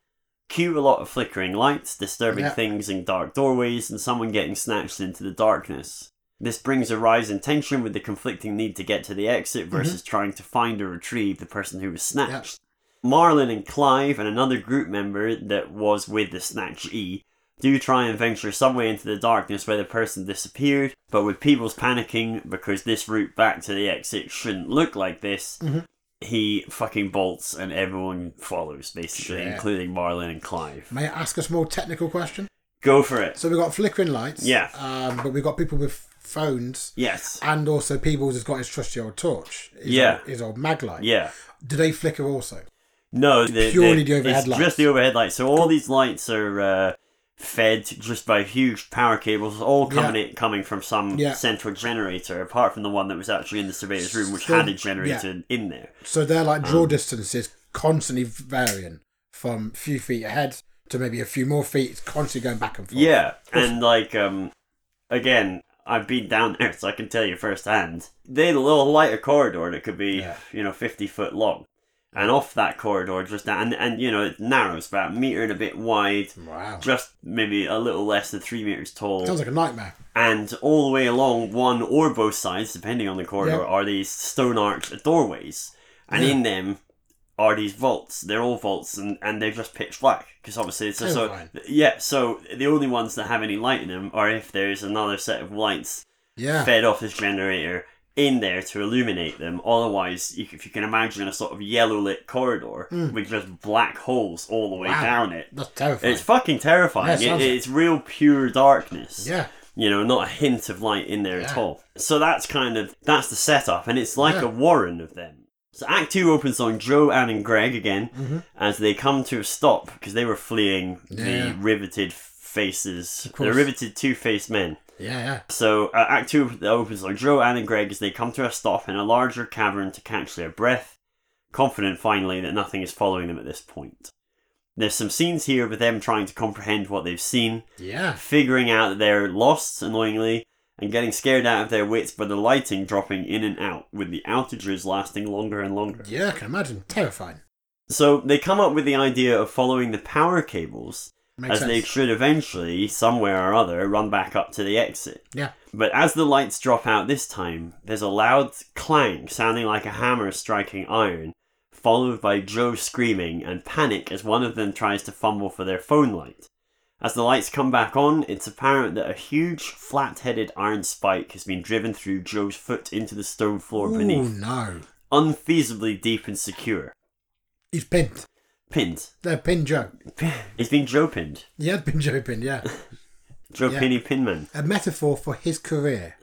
Speaker 1: Cue a lot of flickering lights, disturbing
Speaker 2: Yeah.
Speaker 1: things in dark doorways, and someone getting snatched into the darkness. This brings a rise in tension with the conflicting need to get to the exit versus trying to find or retrieve the person who was snatched. Marlin and Clive and another group member that was with the E snatchee do try and venture some way into the darkness where the person disappeared, but with people's panicking because this route back to the exit shouldn't look like this,
Speaker 2: Mhm.
Speaker 1: he fucking bolts and everyone follows, basically,
Speaker 2: Shit.
Speaker 1: including Marlin and Clive.
Speaker 2: May I ask a small technical question?
Speaker 1: Go for it.
Speaker 2: So we've got flickering lights.
Speaker 1: Yeah.
Speaker 2: Um, but we've got people with phones,
Speaker 1: Yes.
Speaker 2: and also Peebles has got his trusty old torch. His
Speaker 1: Yeah.
Speaker 2: Old, his old mag light.
Speaker 1: Yeah.
Speaker 2: Do they flicker also?
Speaker 1: No, the,
Speaker 2: Purely the overhead
Speaker 1: it's
Speaker 2: lights.
Speaker 1: Just the overhead lights. So all these lights are uh, fed just by huge power cables, all coming
Speaker 2: Yeah.
Speaker 1: in, coming from some
Speaker 2: Yeah.
Speaker 1: central generator, apart from the one that was actually in the surveyor's room, which
Speaker 2: So-
Speaker 1: had a generator in there.
Speaker 2: So they're like
Speaker 1: Um,
Speaker 2: draw distances constantly varying from few feet ahead to maybe a few more feet. It's constantly going back and forth.
Speaker 1: Yeah, and like um, again, I've been down there, so I can tell you firsthand. They had a little lighter corridor that could be
Speaker 2: Yeah.
Speaker 1: you know fifty foot long, and off that corridor just that, and and you know it narrows about a meter and a bit wide.
Speaker 2: Wow.
Speaker 1: Just maybe a little less than three meters tall,
Speaker 2: Sounds like a nightmare.
Speaker 1: and all the way along one or both sides, depending on the corridor,
Speaker 2: Yeah.
Speaker 1: are these stone arched doorways, and
Speaker 2: Yeah.
Speaker 1: in them are these vaults. They're all vaults, and, and they're just pitch black because obviously it's
Speaker 2: Oh,
Speaker 1: just so
Speaker 2: Terrifying.
Speaker 1: yeah. So the only ones that have any light in them are if there's another set of lights
Speaker 2: Yeah.
Speaker 1: fed off this generator in there to illuminate them. Otherwise, you c- if you can imagine a sort of yellow lit corridor with just black holes all the way
Speaker 2: Hmm. Wow.
Speaker 1: down it.
Speaker 2: That's terrifying.
Speaker 1: It's fucking terrifying.
Speaker 2: Yeah, sounds
Speaker 1: it,
Speaker 2: it.
Speaker 1: it's real pure darkness
Speaker 2: yeah.
Speaker 1: you know, not a hint of light in there at
Speaker 2: Yeah.
Speaker 1: all. So that's kind of that's the setup, and it's like
Speaker 2: Yeah.
Speaker 1: a warren of them. So Act Two opens on Joe, Anne, and Greg again
Speaker 2: Mm-hmm.
Speaker 1: as they come to a stop because they were fleeing
Speaker 2: Yeah.
Speaker 1: the riveted faces,
Speaker 2: Of
Speaker 1: the
Speaker 2: course.
Speaker 1: riveted two-faced men.
Speaker 2: Yeah. Yeah.
Speaker 1: So uh, Act Two opens on Joe, Anne, and Greg as they come to a stop in a larger cavern to catch their breath, confident finally that nothing is following them at this point. There's some scenes here with them trying to comprehend what they've seen
Speaker 2: Yeah.
Speaker 1: figuring out that they're lost annoyingly and getting scared out of their wits by the lighting dropping in and out with the outages lasting longer and longer.
Speaker 2: Yeah. I can imagine. Terrifying.
Speaker 1: So they come up with the idea of following the power cables
Speaker 2: Makes
Speaker 1: as
Speaker 2: sense.
Speaker 1: they should eventually somewhere or other run back up to the exit.
Speaker 2: Yeah.
Speaker 1: But as the lights drop out this time, there's a loud clang sounding like a hammer striking iron, followed by Joe screaming and panic as one of them tries to fumble for their phone light. As the lights come back on, it's apparent that a huge flat headed iron spike has been driven through Joe's foot into the stone floor
Speaker 2: Oh
Speaker 1: beneath,
Speaker 2: no.
Speaker 1: unfeasibly deep and secure.
Speaker 2: He's pinned.
Speaker 1: Pinned.
Speaker 2: They're pinned Joe.
Speaker 1: It's been Joe pinned.
Speaker 2: Yeah, been Joe pinned. Yeah.
Speaker 1: Joe
Speaker 2: Yeah.
Speaker 1: Penny Pinman.
Speaker 2: A metaphor for his career.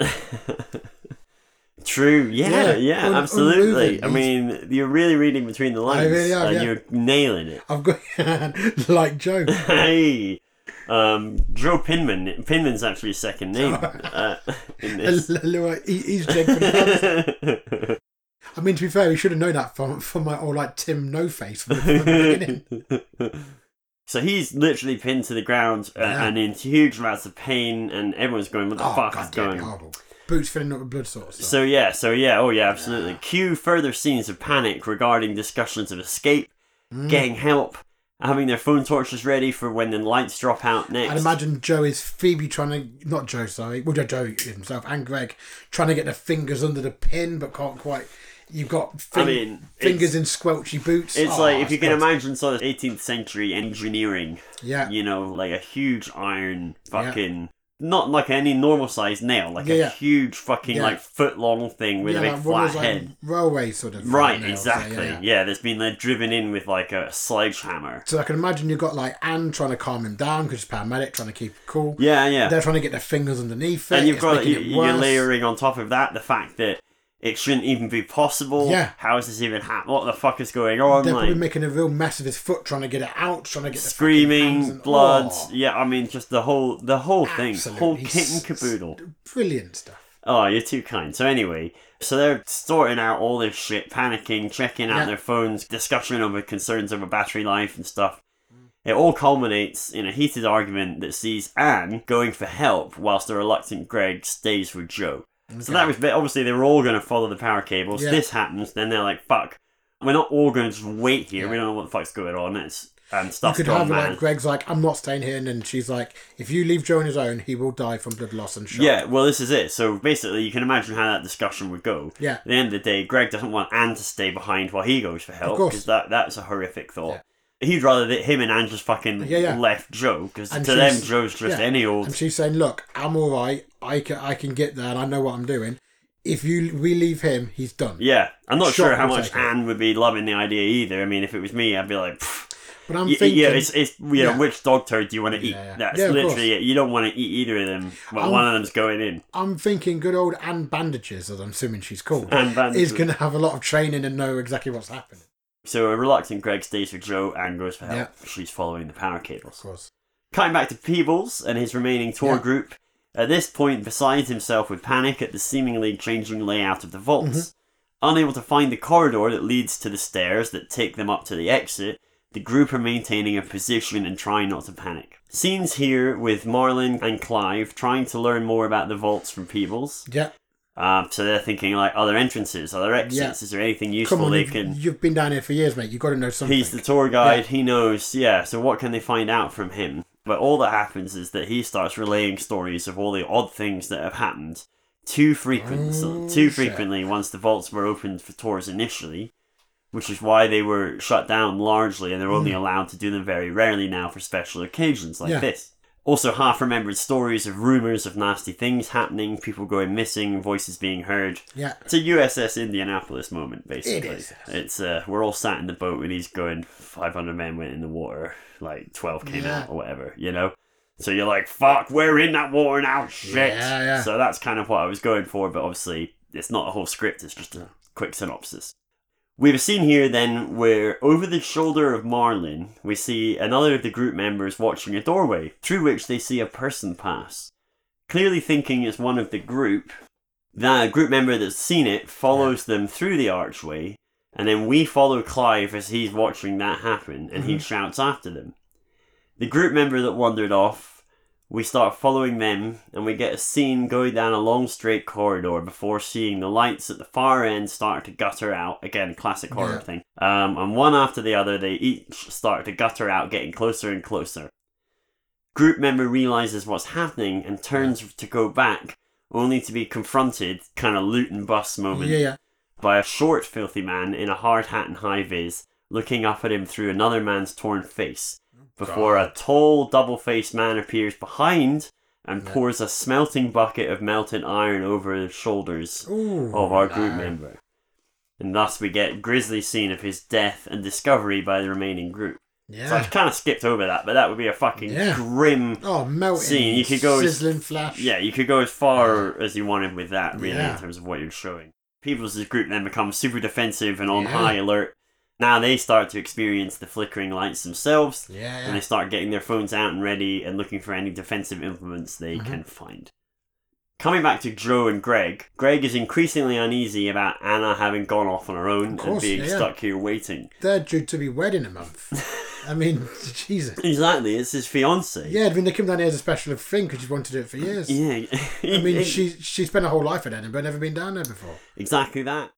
Speaker 1: True. Yeah. Yeah.
Speaker 2: Yeah, un-
Speaker 1: absolutely.
Speaker 2: unmoving.
Speaker 1: I mean, you're really reading between the lines.
Speaker 2: really am,
Speaker 1: and
Speaker 2: yeah.
Speaker 1: You're nailing it.
Speaker 2: I've got like Joe.
Speaker 1: hey, um, Joe Pinman. Pinman's actually his second name uh, in this.
Speaker 2: He- He's Jake from the front. I mean, to be fair, we should have known that from from my old like Tim No Face from the, from the beginning.
Speaker 1: so he's literally pinned to the ground uh,
Speaker 2: Yeah.
Speaker 1: and in huge amounts of pain, and everyone's going, "What the
Speaker 2: oh
Speaker 1: fuck
Speaker 2: god,
Speaker 1: is
Speaker 2: damn,
Speaker 1: going?" on?"
Speaker 2: horrible. Boots filling up with blood sort of stuff.
Speaker 1: So yeah, so yeah, oh yeah, absolutely.
Speaker 2: Yeah.
Speaker 1: Cue further scenes of panic regarding discussions of escape,
Speaker 2: Mm.
Speaker 1: getting help, having their phone torches ready for when the lights drop out next.
Speaker 2: I'd imagine Joe is Phoebe trying to not Joe, sorry, well Joe himself and Greg trying to get their fingers under the pin, but can't quite. You've got fin-
Speaker 1: I mean, it's-
Speaker 2: fingers in squelchy boots.
Speaker 1: It's
Speaker 2: Oh,
Speaker 1: like if you can
Speaker 2: God.
Speaker 1: imagine sort of 18th century engineering,
Speaker 2: yeah,
Speaker 1: you know, like a huge iron
Speaker 2: Yeah.
Speaker 1: fucking. Not like any normal sized nail, like
Speaker 2: Yeah,
Speaker 1: a
Speaker 2: yeah.
Speaker 1: huge fucking
Speaker 2: Yeah.
Speaker 1: like foot long thing with
Speaker 2: yeah,
Speaker 1: a big
Speaker 2: like one of
Speaker 1: flat
Speaker 2: those, like,
Speaker 1: head.
Speaker 2: railway sort of
Speaker 1: Right,
Speaker 2: nails, yeah,
Speaker 1: exactly. Yeah,
Speaker 2: yeah.
Speaker 1: that's been like, driven in with like a sledgehammer.
Speaker 2: So I can imagine you've got like Anne trying to calm him down because she's paramedic, trying to keep it cool.
Speaker 1: Yeah, yeah.
Speaker 2: They're trying to get their fingers underneath it.
Speaker 1: and you've
Speaker 2: it's
Speaker 1: got you,
Speaker 2: making it
Speaker 1: you're
Speaker 2: worse.
Speaker 1: layering on top of that the fact that it shouldn't even be possible.
Speaker 2: Yeah.
Speaker 1: How is this even happening? What the fuck is going on?
Speaker 2: They're probably
Speaker 1: Like
Speaker 2: making a real mess of his foot, trying to get it out, trying to get the fucking
Speaker 1: screaming,
Speaker 2: hands and-
Speaker 1: blood.
Speaker 2: Oh,
Speaker 1: Yeah, I mean, just the whole the whole thing, whole
Speaker 2: absolutely
Speaker 1: kit and
Speaker 2: s-
Speaker 1: caboodle.
Speaker 2: s- Brilliant stuff.
Speaker 1: Oh, you're too kind. So anyway, so they're sorting out all this shit, panicking, checking out
Speaker 2: Yeah.
Speaker 1: their phones, discussion over concerns over battery life and stuff. It all culminates in a heated argument that sees Anne going for help whilst the reluctant Greg stays with Joe. So that was bit, obviously they were all going to follow the power cables.
Speaker 2: Yeah.
Speaker 1: This happens, then they're like, "Fuck, we're not all going to just wait here.
Speaker 2: Yeah.
Speaker 1: We don't know what the fuck's going on." It's and
Speaker 2: You
Speaker 1: stuff's
Speaker 2: could
Speaker 1: gone
Speaker 2: have it
Speaker 1: mad.
Speaker 2: like Greg's like, I'm not staying here, and then she's like, if you leave Joe on his own, he will die from blood loss and shock.
Speaker 1: Yeah, well, this is it. So basically, you can imagine how that discussion would go.
Speaker 2: Yeah.
Speaker 1: At the end of the day, Greg doesn't want Anne to stay behind while he goes for help
Speaker 2: course.
Speaker 1: because that that's a horrific thought. He'd rather that him and Anne just fucking
Speaker 2: Yeah, yeah.
Speaker 1: left Joe because
Speaker 2: And
Speaker 1: to them
Speaker 2: she's-
Speaker 1: Joe's just
Speaker 2: yeah.
Speaker 1: any
Speaker 2: And
Speaker 1: old.
Speaker 2: she's saying, look, I'm all right. I can I can get there, and I know what I'm doing. If you we leave him, he's done.
Speaker 1: Yeah, I'm not
Speaker 2: Sure,
Speaker 1: sure how
Speaker 2: we'll
Speaker 1: much
Speaker 2: take it.
Speaker 1: Anne would be loving the idea either. I mean, if it was me, I'd be like, "Pfft,
Speaker 2: But I'm
Speaker 1: y-
Speaker 2: thinking,
Speaker 1: yeah, it's it's you know,
Speaker 2: yeah.
Speaker 1: which dog turd do you want to eat?
Speaker 2: yeah.
Speaker 1: That's
Speaker 2: Yeah, of course.
Speaker 1: literally it. You don't want to eat either of them, but
Speaker 2: I'm-
Speaker 1: one of them's going in.
Speaker 2: I'm thinking good old Anne Bandages, as I'm assuming she's called,
Speaker 1: Anne Bandages.
Speaker 2: is going to have a lot of training and know exactly what's happening.
Speaker 1: So a reluctant Greg stays with Joe and goes for help.
Speaker 2: Yeah.
Speaker 1: She's following the power cables.
Speaker 2: Of course.
Speaker 1: Cutting back to Peebles and his remaining tour
Speaker 2: Yeah.
Speaker 1: group, at this point beside himself with panic at the seemingly changing layout of the vaults.
Speaker 2: Mm-hmm.
Speaker 1: Unable to find the corridor that leads to the stairs that take them up to the exit, the group are maintaining a position and trying not to panic. Scenes here with Marlin and Clive trying to learn more about the vaults from Peebles.
Speaker 2: Yeah.
Speaker 1: Um, so they're thinking like, are there entrances? Are there exits?
Speaker 2: Yeah.
Speaker 1: Is there anything useful
Speaker 2: Come on,
Speaker 1: they
Speaker 2: you've,
Speaker 1: can?
Speaker 2: you've been down here for years, mate. You've got to know something.
Speaker 1: He's the tour guide. He knows. Yeah. So what can they find out from him? But all that happens is that he starts relaying stories of all the odd things that have happened too frequent,
Speaker 2: Oh,
Speaker 1: too
Speaker 2: shit.
Speaker 1: frequently once the vaults were opened for tours initially, which is why they were shut down largely and they're only allowed to do them very rarely now for special occasions like
Speaker 2: Hmm. Yeah.
Speaker 1: this. Also, half remembered stories of rumors of nasty things happening, people going missing, voices being heard.
Speaker 2: yeah.
Speaker 1: It's a USS Indianapolis moment, basically.
Speaker 2: is.
Speaker 1: It's uh, we're all sat in the boat and he's going, 500 men went in the water, like 12 came
Speaker 2: Yeah.
Speaker 1: out or whatever, you know? So you're like, fuck, we're in that water now, shit.
Speaker 2: Yeah, yeah.
Speaker 1: So that's kind of what I was going for, but obviously it's not a whole script, it's just a quick synopsis. We have a scene here then where, over the shoulder of Marlin, we see another of the group members watching a doorway through which they see a person pass. Clearly thinking it's one of the group, that group member that's seen it follows them through the archway, and then we follow Clive as he's watching that happen, and he shouts after them. The group member that wandered off, we start following them, and we get a scene going down a long straight corridor before seeing the lights at the far end start to gutter out. Again, classic horror
Speaker 2: Yeah.
Speaker 1: thing. Um, and one after the other, they each start to gutter out, getting closer and closer. Group member realizes what's happening and turns to go back, only to be confronted, kind of loot and bust moment
Speaker 2: Yeah, yeah.
Speaker 1: by a short, filthy man in a hard hat and high vis, looking up at him through another man's torn face. Before a tall, double faced man appears behind and
Speaker 2: Yeah.
Speaker 1: pours a smelting bucket of melted iron over the shoulders
Speaker 2: Ooh,
Speaker 1: of our group
Speaker 2: no.
Speaker 1: member. And thus we get grisly scene of his death and discovery by the remaining group. So
Speaker 2: Yeah.
Speaker 1: I've kind of skipped over that, but that would be a fucking
Speaker 2: Yeah.
Speaker 1: grim.
Speaker 2: Oh, melting.
Speaker 1: Scene, you could go as-
Speaker 2: sizzling flash.
Speaker 1: Yeah, you could go as far as you wanted with that, really,
Speaker 2: Yeah.
Speaker 1: in terms of what you're showing. People's group then become super defensive and on
Speaker 2: Yeah.
Speaker 1: high alert. Now they start to experience the flickering lights themselves,
Speaker 2: Yeah.
Speaker 1: and
Speaker 2: yeah.
Speaker 1: they start getting their phones out and ready and looking for any defensive implements they
Speaker 2: Mhm.
Speaker 1: can find. Coming back to Joe and Greg, Greg is increasingly uneasy about Anna having gone off on her own and
Speaker 2: course,
Speaker 1: being
Speaker 2: yeah, yeah.
Speaker 1: stuck here waiting.
Speaker 2: They're due to be wed in a month. I mean, Jesus.
Speaker 1: Exactly, it's his fiance.
Speaker 2: Yeah, I mean, they come down here as a special thing because she's wanted to do it for years.
Speaker 1: Yeah.
Speaker 2: I mean, she she spent her whole life in Edinburgh, never been down there before.
Speaker 1: Exactly that.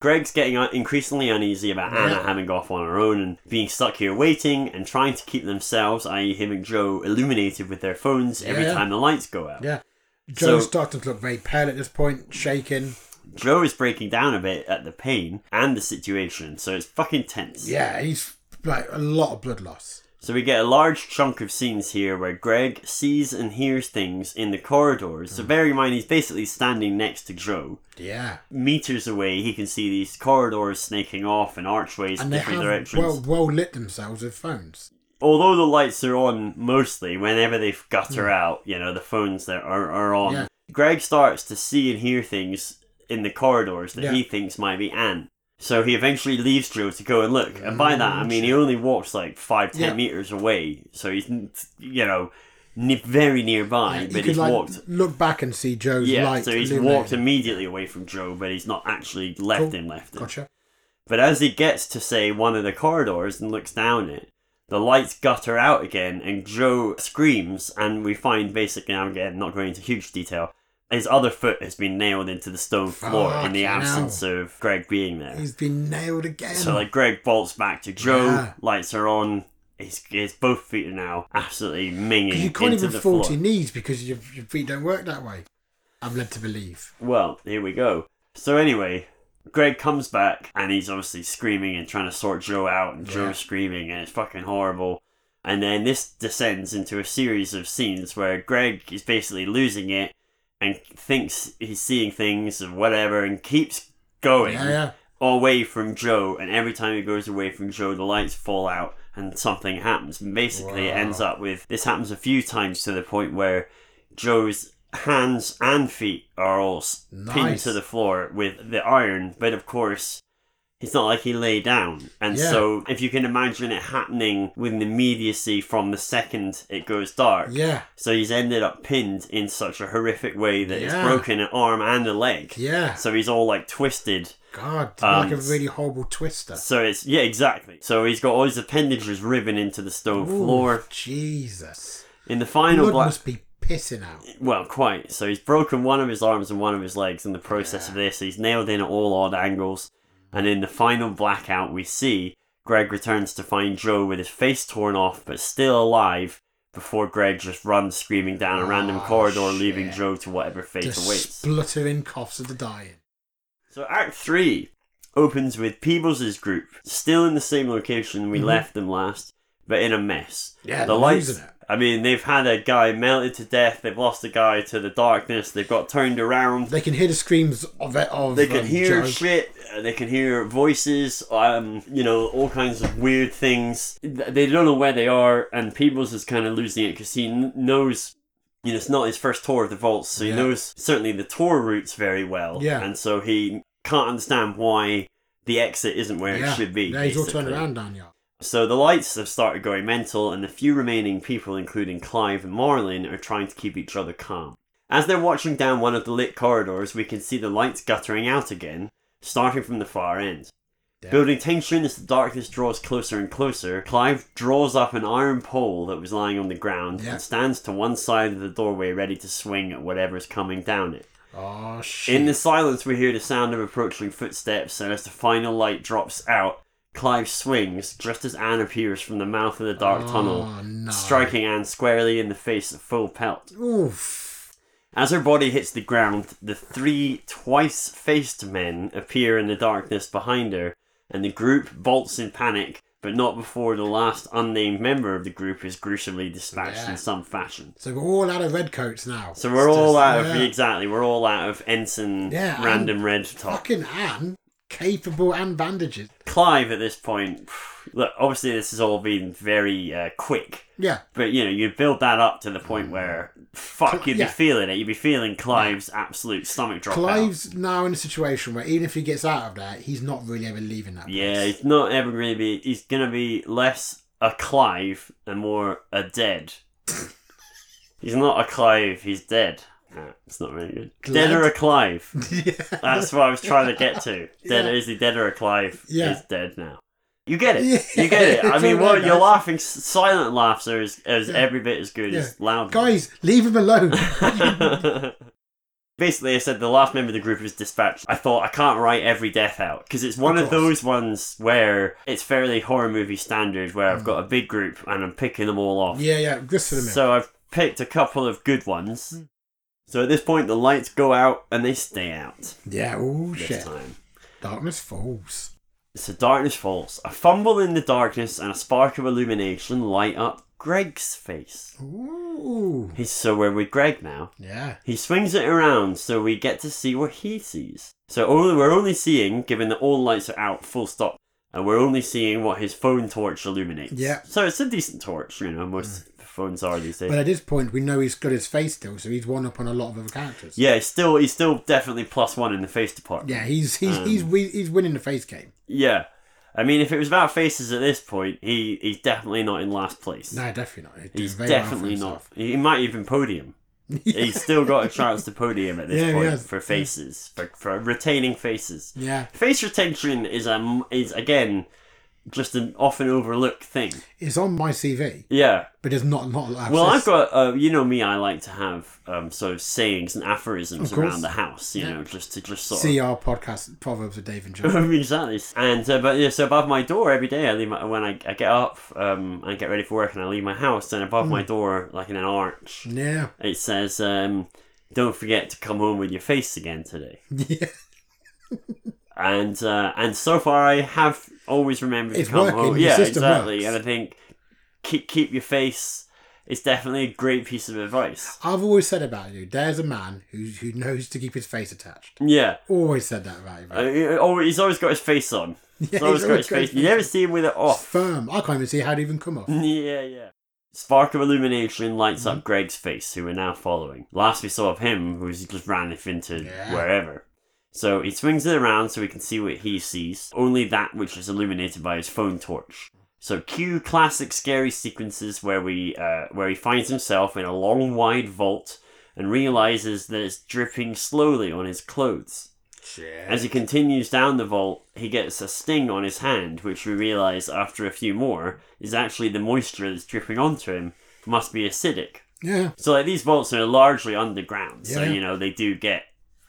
Speaker 1: Greg's getting un- increasingly uneasy about Anna
Speaker 2: Yeah.
Speaker 1: having off on her own and being stuck here waiting and trying to keep themselves, i.e., him and Joe, illuminated with their phones every
Speaker 2: Yeah.
Speaker 1: time the lights go out.
Speaker 2: Yeah.
Speaker 1: So-
Speaker 2: Joe's starting to look very pale at this point, shaking.
Speaker 1: Joe is breaking down a bit at the pain and the situation, so it's fucking tense.
Speaker 2: Yeah, he's like a lot of blood loss.
Speaker 1: So we get a large chunk of scenes here where Greg sees and hears things in the corridors.
Speaker 2: Mm.
Speaker 1: So bear in mind, he's basically standing next to Joe.
Speaker 2: Yeah.
Speaker 1: Meters away, he can see these corridors snaking off and archways in
Speaker 2: And they
Speaker 1: different
Speaker 2: have
Speaker 1: directions.
Speaker 2: well, well lit themselves with phones.
Speaker 1: although the lights are on mostly whenever they gutter out, you know, the phones that are, are on,
Speaker 2: Yeah.
Speaker 1: Greg starts to see and hear things in the corridors that
Speaker 2: Yeah.
Speaker 1: he thinks might be Anne. So he eventually leaves Joe to go and look. And by that, I mean he only walks like five, ten
Speaker 2: Mm, Yeah.
Speaker 1: meters away. So he's, n- you know, ne- very nearby,
Speaker 2: you
Speaker 1: but
Speaker 2: could
Speaker 1: he's
Speaker 2: like
Speaker 1: Ah, walked.
Speaker 2: look back and see Joe's
Speaker 1: Yeah,
Speaker 2: light.
Speaker 1: so he's
Speaker 2: illuminating.
Speaker 1: walked immediately away from Joe, but he's not actually left
Speaker 2: Cool.
Speaker 1: him, left him.
Speaker 2: Gotcha.
Speaker 1: But as he gets to, say, one of the corridors and looks down it, the lights gutter out again, and Joe screams, and we find basically, I'm again not going into huge detail, his other foot has been nailed into the stone floor in the
Speaker 2: Fucking
Speaker 1: absence of Greg being there.
Speaker 2: He's been nailed again.
Speaker 1: So like Greg bolts back to Joe,
Speaker 2: Yeah.
Speaker 1: lights are on, his, his both feet are now absolutely minging
Speaker 2: Because you can't
Speaker 1: into
Speaker 2: even
Speaker 1: the
Speaker 2: fall
Speaker 1: floor.
Speaker 2: to your knees because your, your feet don't work that way. I'm led to believe.
Speaker 1: Well, here we go. So anyway, Greg comes back and he's obviously screaming and trying to sort Joe out, and
Speaker 2: Yeah.
Speaker 1: Joe's screaming, and it's fucking horrible. And then this descends into a series of scenes where Greg is basically losing it and thinks he's seeing things and whatever, and keeps going
Speaker 2: Yeah, yeah.
Speaker 1: away from Joe. And every time he goes away from Joe, the lights fall out and something happens. And basically, it
Speaker 2: Wow.
Speaker 1: ends up with this happens a few times to the point where Joe's hands and feet are all s pinned
Speaker 2: Nice.
Speaker 1: to the floor with the iron. But of course, It's not like he lay down. And
Speaker 2: Yeah.
Speaker 1: so, if you can imagine it happening with an immediacy from the second it goes dark.
Speaker 2: Yeah,
Speaker 1: So he's ended up pinned in such a horrific way that it's
Speaker 2: Yeah.
Speaker 1: broken an arm and a leg.
Speaker 2: yeah.
Speaker 1: So he's all like twisted.
Speaker 2: God,
Speaker 1: Um,
Speaker 2: like a really horrible twister.
Speaker 1: So it's yeah, exactly. So he's got all his appendages riven into the stone floor.
Speaker 2: Ooh, Jesus.
Speaker 1: In the final
Speaker 2: Blood
Speaker 1: black
Speaker 2: must be pissing out.
Speaker 1: Well, quite. So he's broken one of his arms and one of his legs in the process of this. He's nailed in at all odd angles. And in the final blackout, we see Greg returns to find Joe with his face torn off but still alive before Greg just runs screaming down a random
Speaker 2: Oh,
Speaker 1: corridor, leaving
Speaker 2: shit.
Speaker 1: Joe to whatever fate
Speaker 2: The
Speaker 1: awaits.
Speaker 2: spluttering coughs of the dying.
Speaker 1: So Act 3 opens with Peebles' group still in the same location we
Speaker 2: Mhm.
Speaker 1: left them last, but in a mess.
Speaker 2: Yeah,
Speaker 1: the
Speaker 2: they're
Speaker 1: lights.
Speaker 2: losing it.
Speaker 1: I mean, they've had a guy melted to death, they've lost a guy to the darkness, they've got turned around,
Speaker 2: They can hear the screams of it. Of
Speaker 1: they can
Speaker 2: um,
Speaker 1: hear
Speaker 2: Joe.
Speaker 1: shit, uh, they can hear voices, um, you know, all kinds of weird things. Th- They don't know where they are, and Peebles is kind of losing it because he kn- knows. You know, it's not his first tour of the vaults, so he
Speaker 2: Yeah.
Speaker 1: knows certainly the tour routes very well.
Speaker 2: Yeah.
Speaker 1: And so he can't understand why the exit isn't where
Speaker 2: yeah.
Speaker 1: it should be.
Speaker 2: Yeah, he's all turned
Speaker 1: basically.
Speaker 2: around down here.
Speaker 1: So the lights have started going mental, and the few remaining people, including Clive and Marlin, are trying to keep each other calm. As they're watching down one of the lit corridors, we can see the lights guttering out again, starting from the far end.
Speaker 2: Yeah.
Speaker 1: Building tension as the darkness draws closer and closer, Clive draws up an iron pole that was lying on the ground
Speaker 2: Yeah.
Speaker 1: and stands to one side of the doorway ready to swing at whatever's coming down it.
Speaker 2: Oh shit!
Speaker 1: In the silence, we hear the sound of approaching footsteps, and as the final light drops out, Clive swings just as Anne appears from the mouth of the dark
Speaker 2: Oh,
Speaker 1: tunnel,
Speaker 2: no.
Speaker 1: striking Anne squarely in the face at full pelt.
Speaker 2: Oof.
Speaker 1: As her body hits the ground, the three twice faced men appear in the darkness behind her, and the group bolts in panic, but not before the last unnamed member of the group is gruesomely dispatched
Speaker 2: Yeah.
Speaker 1: in some fashion.
Speaker 2: So we're all out of red coats now.
Speaker 1: So we're
Speaker 2: It's
Speaker 1: all
Speaker 2: just-
Speaker 1: out of
Speaker 2: yeah.
Speaker 1: exactly, we're all out of ensign
Speaker 2: Yeah,
Speaker 1: random red top.
Speaker 2: Fucking Anne, capable and bandages.
Speaker 1: Clive at this point, look, obviously this has all been very uh, quick,
Speaker 2: Yeah,
Speaker 1: but you know you build that up to the point where fuck,
Speaker 2: Mm. Cl-
Speaker 1: you'd
Speaker 2: yeah.
Speaker 1: be feeling it. You'd be feeling Clive's absolute stomach drop. out.
Speaker 2: Clive's now in a situation where even if he gets out of there, he's not really ever leaving that.
Speaker 1: yeah,
Speaker 2: place.
Speaker 1: he's not ever gonna be. He's gonna be less a Clive and more a dead. he's not a Clive. He's dead. No, it's not really good. Dead
Speaker 2: Glad-
Speaker 1: or a Clive.
Speaker 2: yeah.
Speaker 1: That's what I was trying to get to. Dead
Speaker 2: Yeah.
Speaker 1: is he dead or alive?
Speaker 2: Yeah.
Speaker 1: He's dead now. You get it.
Speaker 2: Yeah.
Speaker 1: You get it. I
Speaker 2: It's
Speaker 1: mean,
Speaker 2: all right,
Speaker 1: what your
Speaker 2: guys.
Speaker 1: laughing s- silent laughs are as, as
Speaker 2: Yeah.
Speaker 1: every bit as good as loud.
Speaker 2: Guys, leave him alone.
Speaker 1: Basically, I said the last member of the group was dispatched. I thought I can't write every death out because it's one of,
Speaker 2: Of course.
Speaker 1: those ones where it's fairly horror movie standard, where I've got a big group and I'm picking them all off.
Speaker 2: yeah, yeah, just for Mm. the Mm. minute.
Speaker 1: So I've picked a couple of good ones. So at this point, the lights go out and they stay out
Speaker 2: yeah, oh
Speaker 1: this
Speaker 2: shit.
Speaker 1: time.
Speaker 2: Darkness falls.
Speaker 1: So darkness falls. A fumble in the darkness and a spark of illumination light up Greg's face.
Speaker 2: Ooh.
Speaker 1: He's so we're with Greg now.
Speaker 2: Yeah.
Speaker 1: He swings it around so we get to see what he sees. So only, we're only seeing, given that all lights are out, full stop, and we're only seeing what his phone torch illuminates.
Speaker 2: Yeah. Mm.
Speaker 1: So it's a decent torch, you know, most phones are these days.
Speaker 2: But at this point, we know he's got his face still, so he's one up on a lot of other characters.
Speaker 1: yeah, he's still he's still definitely plus one in the face department.
Speaker 2: Yeah, he's he's
Speaker 1: Um,
Speaker 2: he's he's, he's winning the face game.
Speaker 1: Yeah. I mean, if it was about faces at this point, he he's definitely not in last place.
Speaker 2: No, definitely not. He's, doing
Speaker 1: He's
Speaker 2: very well for
Speaker 1: definitely not.
Speaker 2: himself.
Speaker 1: He might even podium. He's still got a chance to podium at this
Speaker 2: Yeah, he
Speaker 1: point
Speaker 2: has.
Speaker 1: for faces, for, for retaining faces.
Speaker 2: Yeah,
Speaker 1: Face retention is um is again just an often overlooked thing.
Speaker 2: it's on my CV,
Speaker 1: Yeah.
Speaker 2: but it's not not allowed.
Speaker 1: Well, I've
Speaker 2: access.
Speaker 1: got uh, you know me. I like to have um sort of sayings and aphorisms
Speaker 2: Of course.
Speaker 1: around the house. You
Speaker 2: Yeah.
Speaker 1: know, just to just sort
Speaker 2: see
Speaker 1: of.
Speaker 2: our podcast proverbs of Dave and John.
Speaker 1: exactly, and uh, but yeah, so above my door every day, I leave my, when I, I get up um, and get ready for work, and I leave my house, and above
Speaker 2: Mm.
Speaker 1: my door, like in an arch,
Speaker 2: yeah,
Speaker 1: It says, um, "Don't forget to come home with your face again today."
Speaker 2: yeah,
Speaker 1: And uh, and so far, I have always remembered
Speaker 2: It's
Speaker 1: to come
Speaker 2: working,
Speaker 1: home.
Speaker 2: the
Speaker 1: Yeah,
Speaker 2: system
Speaker 1: exactly.
Speaker 2: works.
Speaker 1: And I think keep keep your face. It's definitely a great piece of advice.
Speaker 2: I've always said about you. There's a man who who knows to keep his face attached.
Speaker 1: Yeah,
Speaker 2: Always said that about you.
Speaker 1: uh,
Speaker 2: mate.
Speaker 1: he- oh, he's always got his face on.
Speaker 2: Yeah,
Speaker 1: He's always got his
Speaker 2: got
Speaker 1: face. You never see him with it off. Mm.
Speaker 2: firm. I can't even see how it even come off.
Speaker 1: Yeah, yeah. Spark of illumination lights up Greg's face, who we're now following. Last we saw of him was he just ran off into
Speaker 2: Yeah.
Speaker 1: wherever. So he swings it around so we can see what he sees, only that which is illuminated by his phone torch. So cue classic scary sequences where we uh, where he finds himself in a long wide vault and realizes that it's dripping slowly on his clothes.
Speaker 2: Shit.
Speaker 1: As he continues down the vault, he gets a sting on his hand, which we realize after a few more is actually the moisture that's dripping onto him must be acidic.
Speaker 2: yeah.
Speaker 1: So like these vaults are largely underground, so
Speaker 2: Yeah.
Speaker 1: you know they do get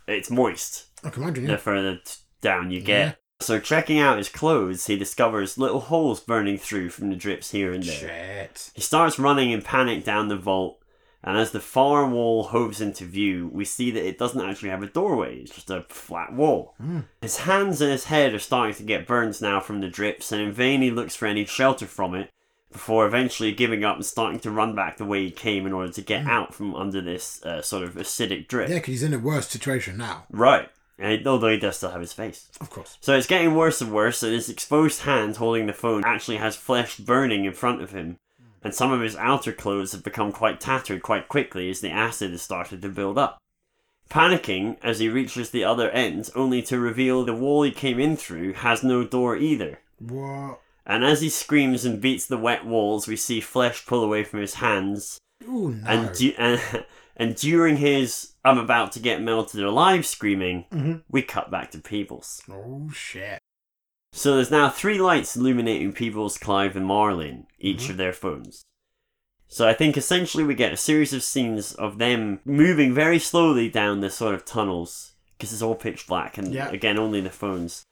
Speaker 1: it's moist
Speaker 2: I can imagine.
Speaker 1: the
Speaker 2: Yeah.
Speaker 1: further t- down you get.
Speaker 2: Yeah.
Speaker 1: So checking out his clothes, he discovers little holes burning through from the drips here and there.
Speaker 2: Shit.
Speaker 1: He starts running in panic down the vault, and as the far wall hoves into view, we see that it doesn't actually have a doorway, it's just a flat wall. His hands and his head are starting to get burns now from the drips, and in vain he looks for any shelter from it before eventually giving up and starting to run back the way he came in order to get out from under this uh, sort of acidic drip.
Speaker 2: Yeah, because he's in a worse situation now.
Speaker 1: Right. And although he does still have his face.
Speaker 2: Of course.
Speaker 1: So it's getting worse and worse, and his exposed hand holding the phone actually has flesh burning in front of him, and some of his outer clothes have become quite tattered quite quickly as the acid has started to build up. Panicking as he reaches the other end, only to reveal the wall he came in through has no door either.
Speaker 2: What?
Speaker 1: And as he screams and beats the wet walls, we see flesh pull away from his hands,
Speaker 2: Oh no.
Speaker 1: and, du- and, and during his I'm about to get melted alive screaming,
Speaker 2: Mhm.
Speaker 1: we cut back to Peebles.
Speaker 2: Oh shit.
Speaker 1: So there's now three lights illuminating Peebles, Clive, and Marlin, each of their phones. So I think essentially we get a series of scenes of them moving very slowly down this sort of tunnels because it's all pitch black and
Speaker 2: Yeah.
Speaker 1: again only the phones.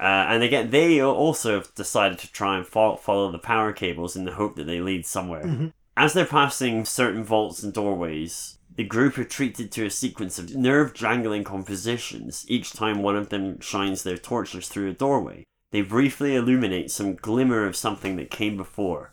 Speaker 1: Uh, and again, they also have decided to try and fo- follow the power cables in the hope that they lead somewhere. As they're passing certain vaults and doorways, the group are treated to a sequence of nerve jangling compositions each time one of them shines their torches through a doorway. They briefly illuminate some glimmer of something that came before.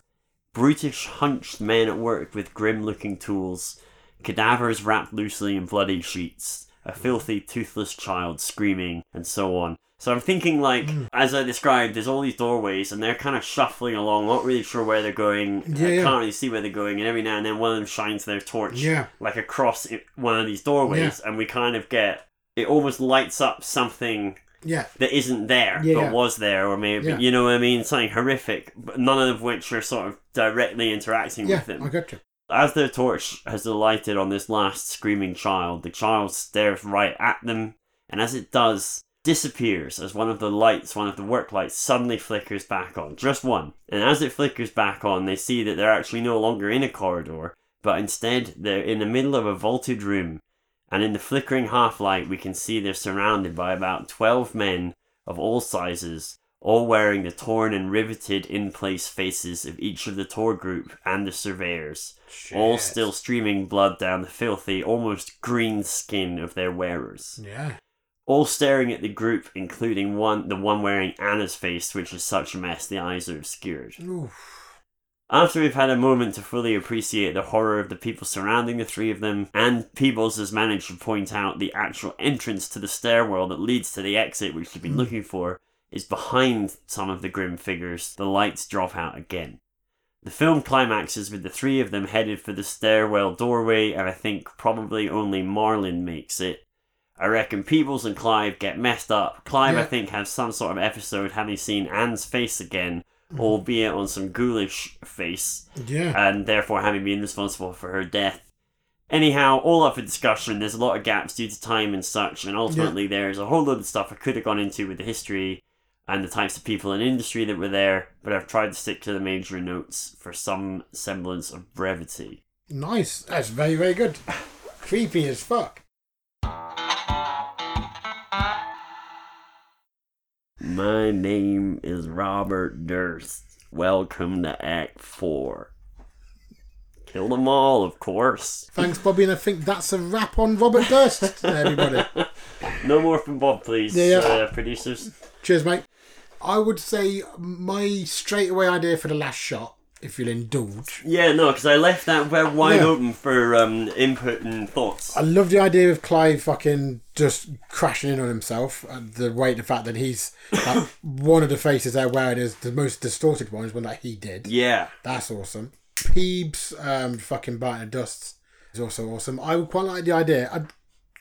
Speaker 1: Brutish, hunched men at work with grim looking tools, cadavers wrapped loosely in bloody sheets, a filthy, toothless child screaming, and so on. So I'm thinking, like,
Speaker 2: Mm.
Speaker 1: as I described, there's all these doorways, and they're kind of shuffling along, not really sure where they're going.
Speaker 2: Yeah,
Speaker 1: I
Speaker 2: yeah.
Speaker 1: can't really see where they're going, and every now and then one of them shines their torch,
Speaker 2: Yeah.
Speaker 1: like across i- one of these doorways, and we kind of get it almost lights up something
Speaker 2: Yeah.
Speaker 1: that isn't there
Speaker 2: Yeah,
Speaker 1: but
Speaker 2: yeah.
Speaker 1: was there or maybe
Speaker 2: Yeah.
Speaker 1: you know what i mean something horrific but none of which are sort of directly interacting
Speaker 2: Yeah.
Speaker 1: with them
Speaker 2: I got you.
Speaker 1: as their torch has alighted on this last screaming child the child stares right at them and as it does disappears as one of the lights one of the work lights suddenly flickers back on just one and as it flickers back on they see that they're actually no longer in a corridor but instead they're in the middle of a vaulted room and in the flickering half light, we can see they're surrounded by about 12 men of all sizes, all wearing the torn and riveted in place faces of each of the tour group and the surveyors, all
Speaker 2: Shit.
Speaker 1: still streaming blood down the filthy, almost green skin of their wearers
Speaker 2: Yeah.
Speaker 1: all staring at the group, including one the one wearing Anna's face, which is such a mess the eyes are obscured.
Speaker 2: Oof.
Speaker 1: After we've had a moment to fully appreciate the horror of the people surrounding the three of them, and Peebles has managed to point out the actual entrance to the stairwell that leads to the exit which they've been looking for is behind some of the grim figures, the lights drop out again. The film climaxes with the three of them headed for the stairwell doorway, and I think probably only Marlin makes it. I reckon Peebles and Clive get messed up. Clive, I
Speaker 2: Yeah.
Speaker 1: think, has some sort of episode having seen Anne's face again, albeit on some ghoulish face,
Speaker 2: Yeah.
Speaker 1: and therefore having been responsible for her death. Anyhow, all up for discussion. There's a lot of gaps due to time and such, and ultimately there's a whole load of stuff I could have gone into with the history and the types of people and industry that were there, but I've tried to stick to the major notes for some semblance of brevity.
Speaker 2: Nice. That's very, very good. Creepy as fuck.
Speaker 1: My name is Robert Durst. Welcome to Act 4. Kill them all, of course.
Speaker 2: Thanks, Bobby, and I think that's a wrap on Robert Durst, everybody.
Speaker 1: No more from Bob, please,
Speaker 2: Yeah, yeah.
Speaker 1: Uh, producers.
Speaker 2: Cheers, mate. I would say my straightaway idea for the last shot, if you'll indulge.
Speaker 1: Yeah, no, because I left that where wide
Speaker 2: Yeah.
Speaker 1: open for um, input and thoughts.
Speaker 2: I love the idea of Clive fucking just crashing in on himself. And the way the fact that he's like, one of the faces they're wearing is the most distorted one is one that he did.
Speaker 1: Yeah,
Speaker 2: That's awesome. Peebs, um, fucking biting the dust is also awesome. I would quite like the idea. I'd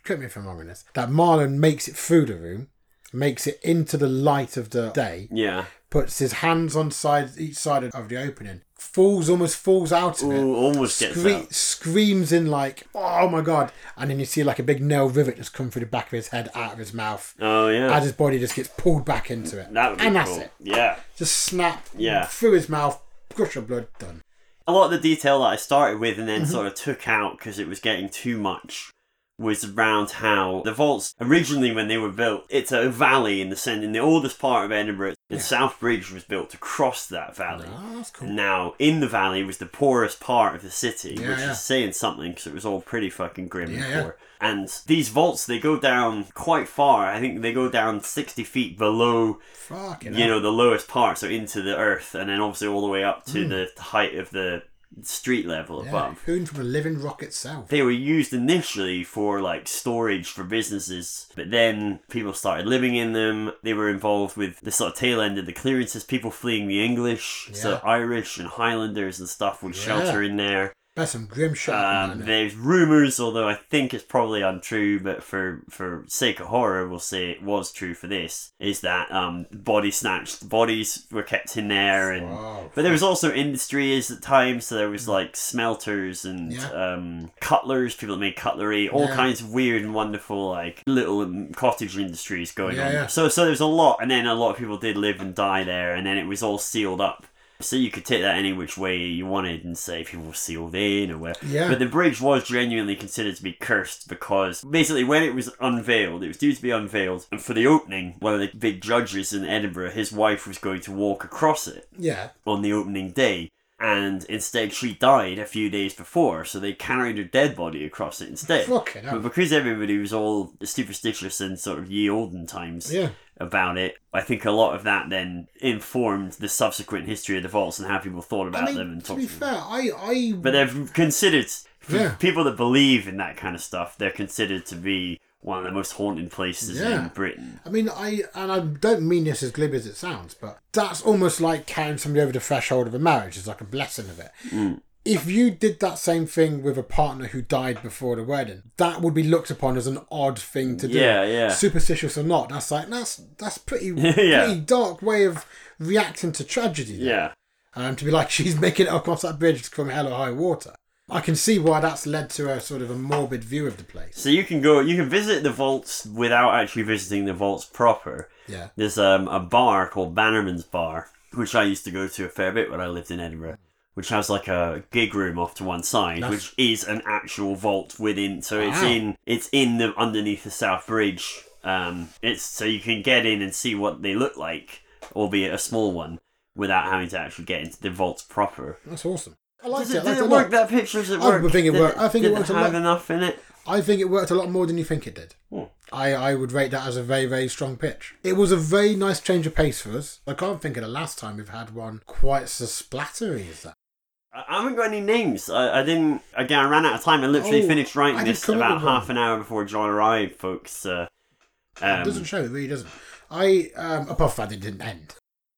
Speaker 2: correct me if I'm wrong on this, that Marlon makes it through the room, makes it into the light of the day,
Speaker 1: Yeah.
Speaker 2: puts his hands on side each side of the opening, falls almost falls out of
Speaker 1: Ooh,
Speaker 2: it.
Speaker 1: almost gets
Speaker 2: scree-
Speaker 1: out.
Speaker 2: Screams in like, oh my god! And then you see like a big nail rivet just come through the back of his head, out of his mouth,
Speaker 1: Oh yeah.
Speaker 2: as his body just gets pulled back into it.
Speaker 1: that would be
Speaker 2: and
Speaker 1: cool.
Speaker 2: that's it.
Speaker 1: Yeah.
Speaker 2: Just snap
Speaker 1: Yeah.
Speaker 2: through his mouth, gush of blood, done.
Speaker 1: a lot of the detail that I started with and
Speaker 2: Mm-hmm.
Speaker 1: then sort of took out because it was getting too much was around how the vaults originally when they were built it's a valley in the center in the oldest part of edinburgh and southbridge was built to cross that valley
Speaker 2: Ah, that's cool.
Speaker 1: now in the valley was the poorest part of the city
Speaker 2: Yeah,
Speaker 1: which
Speaker 2: yeah.
Speaker 1: is saying something because it was all pretty fucking grim
Speaker 2: Yeah, yeah.
Speaker 1: and poor and these vaults they go down quite far i think they go down 60 feet below
Speaker 2: Fucking
Speaker 1: you know the lowest part so into the earth and then obviously all the way up to the height of the street level
Speaker 2: Hmm. yeah,
Speaker 1: above
Speaker 2: hewn from a living rock itself.
Speaker 1: they were used initially for like storage for businesses but then people started living in them they were involved with the sort of tail end of the clearances people fleeing the english so
Speaker 2: Yeah.
Speaker 1: irish and highlanders and stuff would shelter in there
Speaker 2: That's some grim shit.
Speaker 1: um,
Speaker 2: man.
Speaker 1: there's rumors although i think it's probably untrue but for for sake of horror we'll say it was true for this is that um body snatched bodies were kept in there and
Speaker 2: Wow.
Speaker 1: but there was also industries at times, so there was like smelters and
Speaker 2: Mm. Yeah.
Speaker 1: um, cutlers, people that made cutlery, all
Speaker 2: Yeah.
Speaker 1: kinds of weird and wonderful like little um, cottage industries going
Speaker 2: Yeah,
Speaker 1: on.
Speaker 2: yeah.
Speaker 1: So so there's a lot, and then a lot of people did live and die there, and then it was all sealed up. So you could take that any which way you wanted and say people were sealed in or where.
Speaker 2: Yeah.
Speaker 1: But the bridge was genuinely considered to be cursed because basically when it was unveiled, it was due to be unveiled, and for the opening, one of the big judges in Edinburgh, his wife was going to walk across it
Speaker 2: yeah.
Speaker 1: on the opening day, and instead she died a few days before, so they carried her dead body across it instead.
Speaker 2: Fucking
Speaker 1: But
Speaker 2: hell.
Speaker 1: because everybody was all superstitious and sort of ye olden times
Speaker 2: Yeah.
Speaker 1: about it, I think a lot of that then informed the subsequent history of the vaults and how people thought about
Speaker 2: I mean,
Speaker 1: them and
Speaker 2: to
Speaker 1: talked
Speaker 2: be
Speaker 1: them.
Speaker 2: fair, I, I
Speaker 1: But they're considered, for
Speaker 2: Yeah.
Speaker 1: people that believe in that kind of stuff, they're considered to be one of the most haunted places
Speaker 2: Yeah.
Speaker 1: in Britain.
Speaker 2: I mean, I and I don't mean this as glib as it sounds, but that's almost like carrying somebody over the threshold of a marriage. It's like a blessing of it.
Speaker 1: Hmm.
Speaker 2: If you did that same thing with a partner who died before the wedding, that would be looked upon as an odd thing to do.
Speaker 1: Yeah, yeah.
Speaker 2: Superstitious or not, that's like that's that's pretty
Speaker 1: Yeah.
Speaker 2: pretty dark way of reacting to tragedy. there.
Speaker 1: Yeah.
Speaker 2: Um, to be like she's making it across that bridge from hell or high water. I can see why that's led to a sort of a morbid view of the place.
Speaker 1: So you can go, you can visit the vaults without actually visiting the vaults proper.
Speaker 2: Yeah.
Speaker 1: There's um, a bar called Bannerman's Bar, which I used to go to a fair bit when I lived in Edinburgh, which has like a gig room off to one side,
Speaker 2: Nice.
Speaker 1: which is an actual vault within. So it's
Speaker 2: Wow.
Speaker 1: in it's in the underneath the South Bridge. Um, it's so you can get in and see what they look like, albeit a small one, without having to actually get into the vaults proper.
Speaker 2: That's awesome. I liked
Speaker 1: Does it,
Speaker 2: it. I liked
Speaker 1: did
Speaker 2: it a
Speaker 1: it work?
Speaker 2: lot.
Speaker 1: That picture does it
Speaker 2: I
Speaker 1: work?
Speaker 2: would think it
Speaker 1: Did
Speaker 2: worked. I think it
Speaker 1: did
Speaker 2: worked a
Speaker 1: have
Speaker 2: lot.
Speaker 1: enough in it.
Speaker 2: I think it worked a lot more than you think it did.
Speaker 1: Hmm.
Speaker 2: I, I would rate that as a very, very strong pitch. It was a very nice change of pace for us. I can't think of the last time we've had one quite so splattery as that.
Speaker 1: I I haven't got any names. I, I didn't. Again, I ran out of time. I literally
Speaker 2: Oh,
Speaker 1: finished writing
Speaker 2: I did
Speaker 1: this
Speaker 2: come up
Speaker 1: about
Speaker 2: with one.
Speaker 1: half an hour before John arrived, folks. Uh,
Speaker 2: it doesn't
Speaker 1: um,
Speaker 2: show, it really doesn't. I, um, apart from that, it didn't end.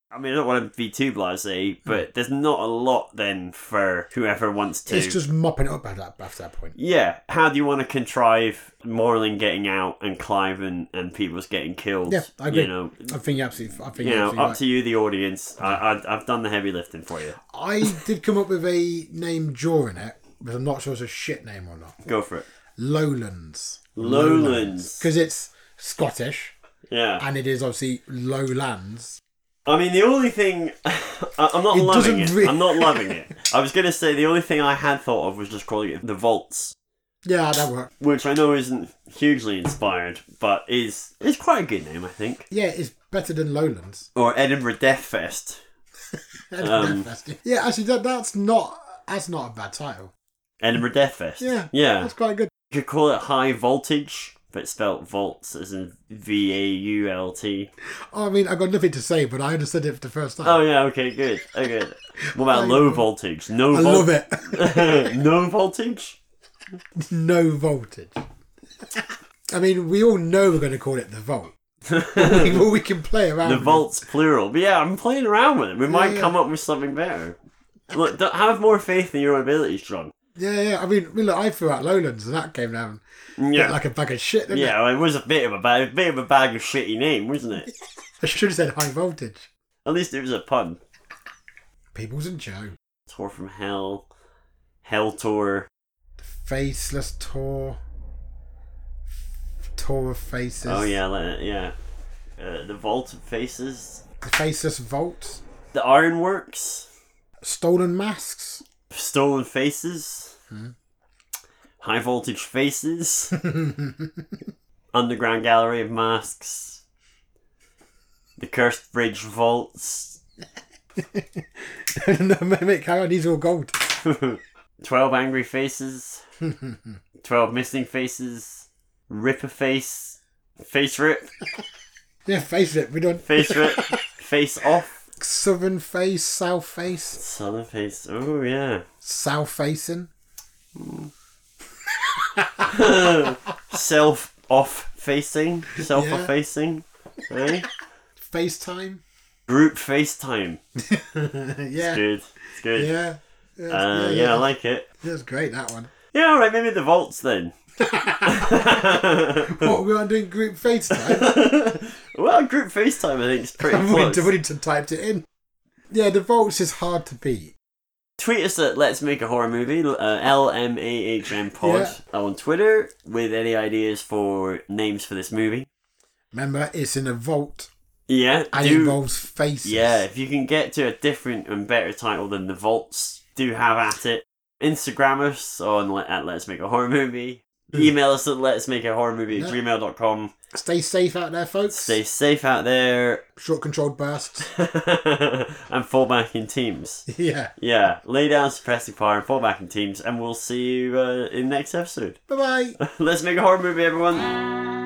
Speaker 1: I mean, I don't want to be too blasé,
Speaker 2: Hmm.
Speaker 1: but there's not a lot then for whoever wants to.
Speaker 2: It's just mopping it up at that, after that point.
Speaker 1: yeah, how do you want to contrive Morlin getting out and Clive and, and people's getting killed?
Speaker 2: Yeah, I agree.
Speaker 1: You know,
Speaker 2: I think you absolutely, I think
Speaker 1: you
Speaker 2: you're
Speaker 1: know
Speaker 2: absolutely
Speaker 1: up
Speaker 2: right.
Speaker 1: to you, the audience. I, I, I've done the heavy lifting for you.
Speaker 2: I did come up with a name during it, but I'm not sure it's a shit name or not.
Speaker 1: Go for it.
Speaker 2: Lowlands.
Speaker 1: Lowlands.
Speaker 2: Because it's Scottish,
Speaker 1: Yeah.
Speaker 2: and it is obviously lowlands.
Speaker 1: I mean, the only thing I- I'm not
Speaker 2: It
Speaker 1: loving
Speaker 2: doesn't
Speaker 1: it.
Speaker 2: re-
Speaker 1: I'm not loving it. I was gonna say the only thing I had thought of was just calling it the Vaults,
Speaker 2: Yeah, that worked.
Speaker 1: which I know isn't hugely inspired, but is is quite a good name, I think.
Speaker 2: Yeah, it's better than Lowlands.
Speaker 1: Or Edinburgh Death Fest. Um,
Speaker 2: yeah, actually, that, that's not that's not a bad title.
Speaker 1: Edinburgh Death Fest.
Speaker 2: Yeah,
Speaker 1: yeah.
Speaker 2: that's quite good.
Speaker 1: You could call it High Voltage, but spelt Vaults as in V A U L T.
Speaker 2: I mean, I got nothing to say, but I understood it for the first time.
Speaker 1: Oh yeah. Okay. Good. Okay. What about low voltage? No.
Speaker 2: I
Speaker 1: vol-
Speaker 2: love it.
Speaker 1: no voltage.
Speaker 2: no voltage. I mean, we all know we're going to call it the Vault. But we, but we can play around.
Speaker 1: The
Speaker 2: with it.
Speaker 1: vault's plural. But yeah, I'm playing around with it. We might
Speaker 2: Um, yeah.
Speaker 1: come up with something better. Look, don't, have more faith in your abilities, John.
Speaker 2: Yeah, yeah. I mean, I mean, look, I threw out Lowlands and that came down
Speaker 1: Yeah.
Speaker 2: like a bag of shit. Didn't
Speaker 1: yeah,
Speaker 2: It?
Speaker 1: well, it was a bit of a bag, bit of a bag of shitty name, wasn't it?
Speaker 2: I should have said high voltage.
Speaker 1: At least it was a pun.
Speaker 2: People's and Joe.
Speaker 1: Tour from Hell, Hell Tour.
Speaker 2: Faceless Tour. Tour of Faces.
Speaker 1: Oh yeah, like, yeah. Uh, the Vault of Faces,
Speaker 2: The Faceless Vault.
Speaker 1: the Ironworks,
Speaker 2: Stolen Masks.
Speaker 1: Stolen Faces,
Speaker 2: Hmm?
Speaker 1: High Voltage Faces, Underground Gallery of Masks, the Cursed Bridge Vaults,
Speaker 2: no, mimic, hang on, these are all gold.
Speaker 1: 12 angry faces, 12 missing faces, rip a face, face rip,
Speaker 2: Yeah, face it. We don't.
Speaker 1: face rip, face off,
Speaker 2: Southern Face, South Face,
Speaker 1: southern face. Oh, yeah.
Speaker 2: South Facing.
Speaker 1: Self off facing, self
Speaker 2: Yeah.
Speaker 1: off facing. Eh?
Speaker 2: FaceTime.
Speaker 1: Group FaceTime. It's
Speaker 2: yeah.
Speaker 1: good. It's good.
Speaker 2: Yeah. Yeah,
Speaker 1: Uh, yeah, I like it.
Speaker 2: That's great, that one.
Speaker 1: Yeah, alright, maybe the vaults then.
Speaker 2: What, we aren't doing group FaceTime?
Speaker 1: Well, group FaceTime I think is pretty close.
Speaker 2: Winter Whittington typed it in. Yeah, the Vaults is hard to beat.
Speaker 1: Tweet us at Let's Make a Horror Movie, uh, LMAHM Pod, on Twitter with any ideas for names for this movie.
Speaker 2: Remember, it's in a vault
Speaker 1: Yeah,
Speaker 2: and
Speaker 1: do-
Speaker 2: involves faces.
Speaker 1: yeah, if you can get to a different and better title than The Vaults, do have at it. Instagram us on le- at Let's Make a Horror Movie. Email us at Let's Make a Horror Movie at
Speaker 2: Yeah.
Speaker 1: gmail.com.
Speaker 2: Stay safe out there, folks.
Speaker 1: Stay safe out there
Speaker 2: Short controlled bursts.
Speaker 1: and fall back in teams.
Speaker 2: yeah.
Speaker 1: Yeah, lay down suppressive power and fall back in teams, and we'll see you uh, in next episode.
Speaker 2: Bye bye.
Speaker 1: Let's make a horror movie, everyone.